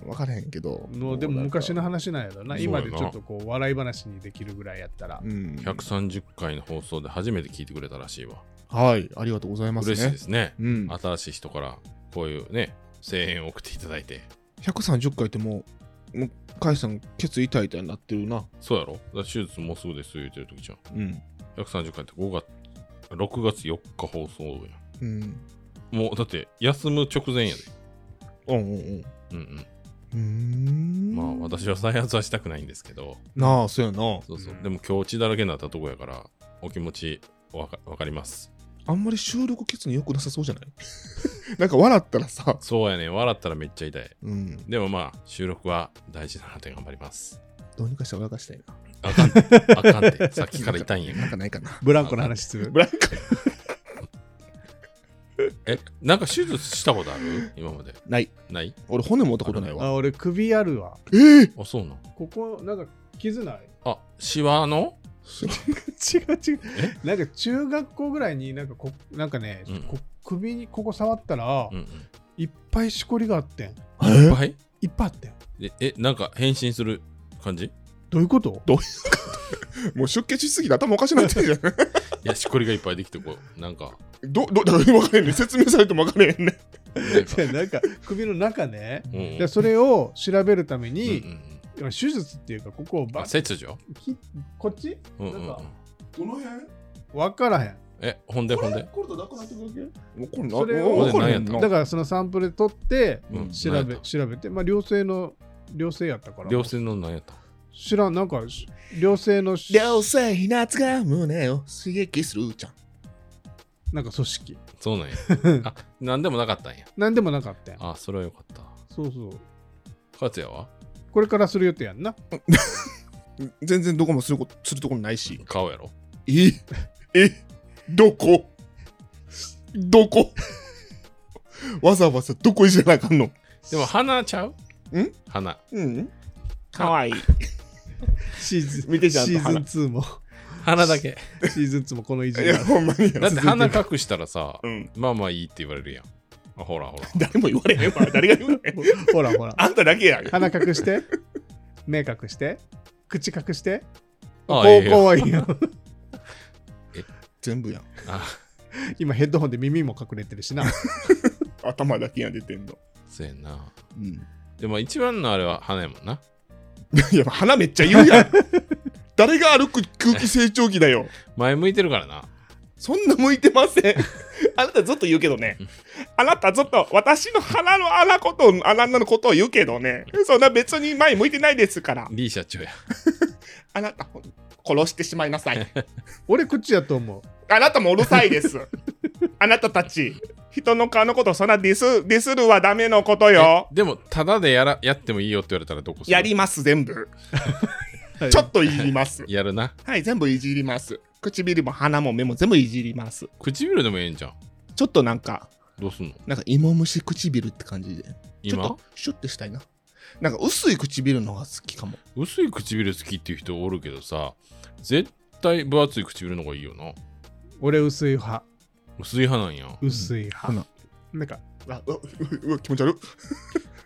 [SPEAKER 3] 分からへんけど。
[SPEAKER 1] のでも昔の話なんやろな
[SPEAKER 2] そうや
[SPEAKER 1] 今
[SPEAKER 2] な
[SPEAKER 1] でちょっとこう笑い話にできるぐらいやったら
[SPEAKER 3] うん。
[SPEAKER 2] ?130 回の放送で初めて聞いてくれたらしいわ。
[SPEAKER 3] はい、ありがとうございます、ね。
[SPEAKER 2] 嬉しいですね。
[SPEAKER 3] うん。
[SPEAKER 2] 新しい人からこういうね、声援を送っていただいて。
[SPEAKER 3] 130回ってもう、もう、カイさん、ケツ痛い痛いになってるな。
[SPEAKER 2] そうやろだから手術もうすぐです言ってる時じゃん。
[SPEAKER 3] うん。
[SPEAKER 2] 130回って5月、6月4日放送や
[SPEAKER 3] うん。
[SPEAKER 2] ん。もうだって休む直前やで。
[SPEAKER 3] うんうんう
[SPEAKER 2] うん
[SPEAKER 3] ん。うー。
[SPEAKER 2] うんん。まあ私は再発はしたくないんですけど、
[SPEAKER 3] なあ、そうやな。
[SPEAKER 2] そうそう
[SPEAKER 1] う。ん
[SPEAKER 2] でも今日血だらけになったとこやから、お気持ちわかわかります。
[SPEAKER 3] あんまり収録ケツによくなさそうじゃない *laughs* なんか笑ったらさ。
[SPEAKER 2] そうやね、笑ったらめっちゃ痛い。
[SPEAKER 3] うん。
[SPEAKER 2] でもまあ、収録は大事なので頑張ります。
[SPEAKER 3] どうにかして笑かしたいな。
[SPEAKER 2] あかんて、あかん *laughs* て。さっきから痛いんやか
[SPEAKER 3] なん
[SPEAKER 2] ら。
[SPEAKER 3] かないかな。
[SPEAKER 1] ブランコの話する
[SPEAKER 3] ブランコ
[SPEAKER 2] え、なんか手術したことある今まで。
[SPEAKER 3] ない。
[SPEAKER 2] ない
[SPEAKER 3] 俺、骨持ったことないわ。
[SPEAKER 1] あ俺首あるわ
[SPEAKER 3] えー、
[SPEAKER 2] あ、そうなん。
[SPEAKER 1] ここなんか傷ない
[SPEAKER 2] あ、シワの
[SPEAKER 1] *laughs* 違う違うなんか中学校ぐらいになんかこなんかね、
[SPEAKER 2] うん
[SPEAKER 1] こ首にここ触ったら、
[SPEAKER 2] うん
[SPEAKER 1] いっぱいしこりがあってん
[SPEAKER 3] え
[SPEAKER 2] うん。
[SPEAKER 3] ー、
[SPEAKER 2] はい
[SPEAKER 1] いっぱいあってん
[SPEAKER 2] え、えなんか変身する感じい
[SPEAKER 1] どういうこと
[SPEAKER 3] もう出血しすぎて頭おかしくなってるじゃん。
[SPEAKER 2] や、しこりがいっぱいできてこう。なんか、
[SPEAKER 3] ど、ど、だから分かれへんね。説明されても分かれへんね。
[SPEAKER 2] なん
[SPEAKER 1] *laughs*
[SPEAKER 2] か
[SPEAKER 1] いやなんか首の中ね
[SPEAKER 2] うんうん
[SPEAKER 1] でそれを調べるため
[SPEAKER 2] うんう
[SPEAKER 1] に、
[SPEAKER 2] ん
[SPEAKER 1] 手術っていうかここを
[SPEAKER 2] うん。
[SPEAKER 1] バ
[SPEAKER 2] あ、
[SPEAKER 1] ッ
[SPEAKER 2] 切除
[SPEAKER 1] 切っこっち
[SPEAKER 2] うんうんう
[SPEAKER 1] なんか
[SPEAKER 2] ん。
[SPEAKER 3] どの辺
[SPEAKER 1] 分からへん
[SPEAKER 2] え、ほんでほんで。
[SPEAKER 3] これとなくなってくるわけこれな、
[SPEAKER 1] それを
[SPEAKER 3] わからへん
[SPEAKER 2] こ
[SPEAKER 3] な
[SPEAKER 1] だからそのサンプル取って
[SPEAKER 2] うん
[SPEAKER 1] 調
[SPEAKER 2] 何
[SPEAKER 1] べ,、
[SPEAKER 2] やった
[SPEAKER 1] 調べてまあ良性の良性やったから
[SPEAKER 2] 両線の何やった
[SPEAKER 1] 知らんなんか良性の
[SPEAKER 4] 両性夏が胸を刺激するじゃん。
[SPEAKER 1] なんか組織
[SPEAKER 2] そうなんや。あ、なんでもなかったんや。
[SPEAKER 1] なんでもなかったやん
[SPEAKER 2] あ、それはよかった。
[SPEAKER 1] そうそう
[SPEAKER 2] 勝也は
[SPEAKER 1] これからする予定やんな
[SPEAKER 3] 全然どこもすること、するところないし。
[SPEAKER 2] 顔やろ
[SPEAKER 3] ええどこどこわざわざどこいじらなあかんの
[SPEAKER 2] でも鼻ちゃうん鼻。
[SPEAKER 3] うん。かわいい。
[SPEAKER 1] シーズン
[SPEAKER 3] 見てちゃんと
[SPEAKER 1] シーズン2も
[SPEAKER 3] *laughs*
[SPEAKER 2] 鼻だけ。
[SPEAKER 1] シーズン2もこのいじ
[SPEAKER 3] い
[SPEAKER 1] り
[SPEAKER 3] や、
[SPEAKER 1] は
[SPEAKER 3] ほんまにや。
[SPEAKER 2] だって鼻隠したらさ、
[SPEAKER 3] うん。
[SPEAKER 2] まあまあいいって言われるやん。あほらほら。
[SPEAKER 3] 誰も言われへんわ。誰が言うねん。
[SPEAKER 1] ほらほら
[SPEAKER 3] あんただけや。
[SPEAKER 1] 鼻隠して目隠して口隠して
[SPEAKER 2] あ
[SPEAKER 1] こ
[SPEAKER 2] ええ
[SPEAKER 1] うこうはいいよ
[SPEAKER 3] 全部やん。
[SPEAKER 2] あ、
[SPEAKER 1] 今ヘッドホンで耳も隠れてるしな
[SPEAKER 3] 頭だけやん出てんの。
[SPEAKER 2] そうやな。
[SPEAKER 3] うん。
[SPEAKER 2] でも一番のあれは鼻やもんな。
[SPEAKER 3] *laughs* いや、鼻めっちゃ言うやん。誰が歩く空気成長期だよ。
[SPEAKER 2] 前向いてるからな。
[SPEAKER 3] そんな向いてません。あなたずっと言うけどね。あなたずっと私の鼻の穴こと、穴のことを言うけどね。そんな別に前向いてないですから。
[SPEAKER 2] D 社長や。
[SPEAKER 3] あなた、殺してしまいなさい。
[SPEAKER 1] 俺口やと思う
[SPEAKER 3] あなたもうるさいです。あなたたち、人の顔のことそんなディス、ディスるはダメのことよ。
[SPEAKER 2] えでも、ただでやらやってもいいよって言われたらどこする
[SPEAKER 3] やります、全部。
[SPEAKER 1] はい
[SPEAKER 3] ちょっといじります。
[SPEAKER 2] やるな。
[SPEAKER 3] はい、全部いじります。唇も鼻も目も全部いじります。
[SPEAKER 2] 唇でもええんじゃん。
[SPEAKER 3] ちょっとなんか、
[SPEAKER 2] どうすんの
[SPEAKER 3] なんか芋虫唇って感じで。ちょっ
[SPEAKER 2] 今
[SPEAKER 3] とシュッてしたいな。なんか薄い唇の方が好きかも。
[SPEAKER 2] 薄い唇好きっていう人おるけどさ、絶対分厚い唇の方がいいよな。
[SPEAKER 1] 俺薄い派
[SPEAKER 2] 薄い派なんや。
[SPEAKER 1] 薄い派、
[SPEAKER 3] うん
[SPEAKER 1] なんか
[SPEAKER 3] あ、うわ、うわ、気持ち悪い。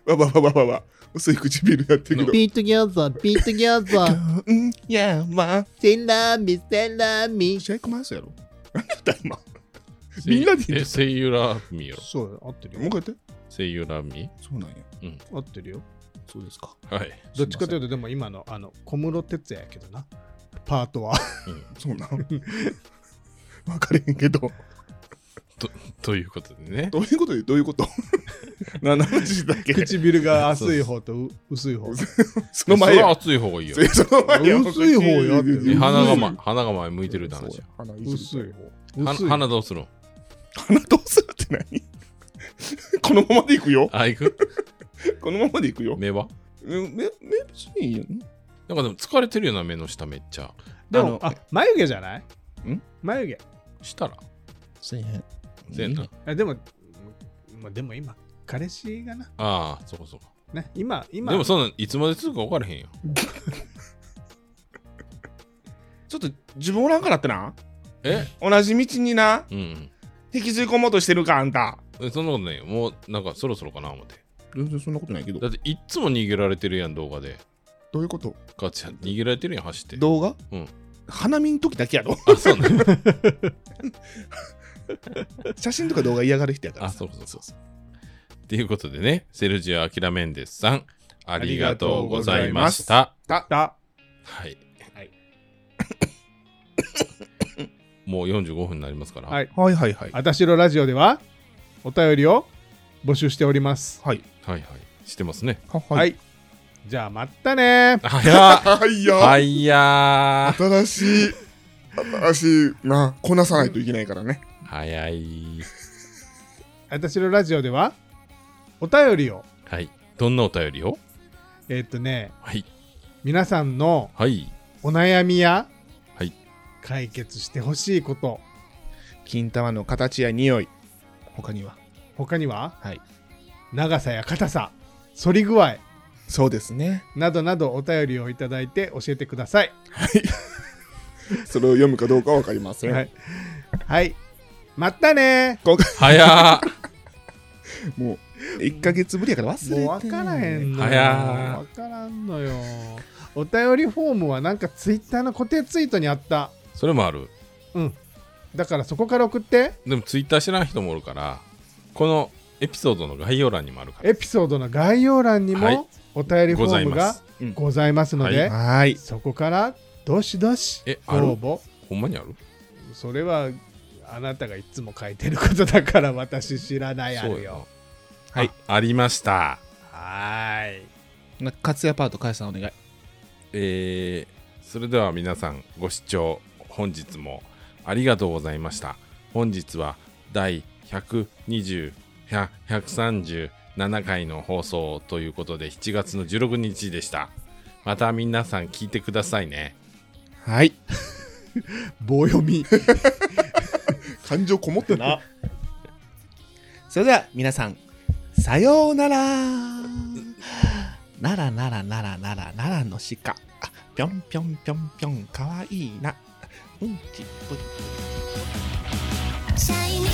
[SPEAKER 3] *laughs* わわわわわわ。薄い唇やってるけど。
[SPEAKER 5] ビートギャザー、ビートギャザ
[SPEAKER 3] *laughs*
[SPEAKER 5] ー、
[SPEAKER 3] うん、いや、まあ、
[SPEAKER 5] セラミ、セラミ。
[SPEAKER 3] 試合コマースやろ。何やった今。も
[SPEAKER 2] セ
[SPEAKER 3] *laughs* みんなで言う
[SPEAKER 2] えセイユラミやろ。
[SPEAKER 1] そう合ってる
[SPEAKER 3] う一
[SPEAKER 1] よ
[SPEAKER 3] 回やって。
[SPEAKER 2] セイユラミ
[SPEAKER 3] そうなんや。
[SPEAKER 1] 合ってるよ
[SPEAKER 3] そうですか。
[SPEAKER 2] はい。
[SPEAKER 1] どっちかというとでも今のあの小室哲哉やけどなパートは
[SPEAKER 3] そうなん。わかれへんけど。
[SPEAKER 2] *laughs* ということでね。
[SPEAKER 3] どういうことでどういうこと *laughs* な何の話してたっけ
[SPEAKER 1] 唇が厚い方とう薄い方
[SPEAKER 3] *laughs* その前
[SPEAKER 2] それ
[SPEAKER 3] や。
[SPEAKER 2] は厚い方がいいよ
[SPEAKER 3] *laughs* そ。の前や。
[SPEAKER 1] 薄い方やって
[SPEAKER 2] え鼻が、
[SPEAKER 3] 前
[SPEAKER 2] ま、鼻が前向いてるって話や。
[SPEAKER 3] 鼻いじ
[SPEAKER 1] 薄
[SPEAKER 3] る
[SPEAKER 1] い方
[SPEAKER 2] 鼻
[SPEAKER 1] 薄い
[SPEAKER 2] 鼻どうするの
[SPEAKER 3] 鼻どうするって何 *laughs* このままでいくよ。
[SPEAKER 2] あ、
[SPEAKER 3] *laughs*
[SPEAKER 2] いく
[SPEAKER 3] このままでいくよ。
[SPEAKER 2] 目は
[SPEAKER 3] め、め、別にいいよね。
[SPEAKER 2] なんかでも疲れてるよな、目の下めっちゃ。
[SPEAKER 1] で
[SPEAKER 3] あ
[SPEAKER 1] も
[SPEAKER 3] の
[SPEAKER 1] あ眉毛じゃない
[SPEAKER 3] ん
[SPEAKER 1] 眉毛
[SPEAKER 2] したら
[SPEAKER 3] せえへん。
[SPEAKER 2] せんな。
[SPEAKER 1] あでも、まあ、でも今彼氏がな
[SPEAKER 2] ああ、そこそこ。
[SPEAKER 1] ね今今
[SPEAKER 2] でもそんなんいつまで続くか分からへんよ。
[SPEAKER 3] ちょっと自分おらんからってな。
[SPEAKER 2] え
[SPEAKER 3] 同じ道にな、
[SPEAKER 2] うん
[SPEAKER 3] 引きずり込もうとしてるか、あんた。
[SPEAKER 2] うん。えそんなことないよ。もうなんかそろそろかな思って。
[SPEAKER 3] 全然そんなことないけど
[SPEAKER 2] だっていっつも逃げられてるやん、動画で。
[SPEAKER 3] どういうこと
[SPEAKER 2] ガチャ逃げられてるやん、走って。
[SPEAKER 3] 動画
[SPEAKER 2] うん。
[SPEAKER 3] 花見の時だけやろ。
[SPEAKER 2] あ、そうなんだ。
[SPEAKER 3] 写真とか動画嫌がる人やから
[SPEAKER 2] あ、
[SPEAKER 3] さ。
[SPEAKER 2] そうそうそうそう。っていうことでね、セルジオ・アキラメンデスさん、ありがとうございました。
[SPEAKER 1] だ
[SPEAKER 2] はい。
[SPEAKER 1] はい
[SPEAKER 2] もう45分になりますから。
[SPEAKER 1] はい
[SPEAKER 3] はいはいはい。
[SPEAKER 1] あたしろラジオではお便りを募集しております
[SPEAKER 3] はい。
[SPEAKER 2] はいはいしてますね。
[SPEAKER 3] は
[SPEAKER 1] はい、
[SPEAKER 3] い。
[SPEAKER 1] じゃあまたね
[SPEAKER 2] 早っ
[SPEAKER 3] はいよ。
[SPEAKER 2] はいや
[SPEAKER 3] 新しい、新しい、な、こなさないといけないからね。
[SPEAKER 2] ー早い。
[SPEAKER 1] あたしろラジオではお便りを
[SPEAKER 2] はい。どんなお便りを
[SPEAKER 1] えーっとね
[SPEAKER 2] はい。
[SPEAKER 1] 皆さんの
[SPEAKER 2] はい。
[SPEAKER 1] お悩みや、
[SPEAKER 2] はい
[SPEAKER 1] 解決してほしいこと
[SPEAKER 3] 金玉の形や匂い他には
[SPEAKER 1] 他には、
[SPEAKER 3] はい
[SPEAKER 1] 長さや硬さ反り具合
[SPEAKER 3] そうですね
[SPEAKER 1] などなどお便りをいただいて教えてください
[SPEAKER 3] *laughs* それを読むかどうかは分かりません、
[SPEAKER 1] はい、はい、またね
[SPEAKER 3] 今回
[SPEAKER 2] 早っ
[SPEAKER 3] もう1か月ぶりやから忘れて
[SPEAKER 1] もう分からへんのよ
[SPEAKER 2] 早
[SPEAKER 1] 分からんのよお便りフォームはなんかツイッターの固定ツイートにあった
[SPEAKER 2] それもある。
[SPEAKER 1] だからそこから送って
[SPEAKER 2] でもツイッター知らん人もおるから、このエピソードの概要欄にもあるから。
[SPEAKER 1] エピソードの概要欄に
[SPEAKER 2] はい
[SPEAKER 1] もお便りフォームが
[SPEAKER 3] うん
[SPEAKER 1] ございますので、
[SPEAKER 2] は
[SPEAKER 3] はい
[SPEAKER 1] そこからどしどし
[SPEAKER 2] え、
[SPEAKER 1] ご
[SPEAKER 2] ある
[SPEAKER 1] 応募
[SPEAKER 2] ほんまにある
[SPEAKER 1] それはあなたがいつも書いてることだから私知らないあ
[SPEAKER 2] そう
[SPEAKER 1] る
[SPEAKER 2] やな
[SPEAKER 1] よ。
[SPEAKER 2] はい。ありました。
[SPEAKER 1] はーい
[SPEAKER 3] 活躍パート返さんお願い
[SPEAKER 2] えーそれでは皆さんご視聴本日もありがとうございました本日は第120 100 137回の放送ということで7月の16日でしたまた皆さん聞いてくださいね
[SPEAKER 3] *laughs* はい
[SPEAKER 1] 棒読み
[SPEAKER 3] *laughs* 感情こもってなそれでは皆さんさようならならならならならならの鹿あぴょんぴょんぴょんぴょんかわいいなうんちっぷり
[SPEAKER 6] シャイニング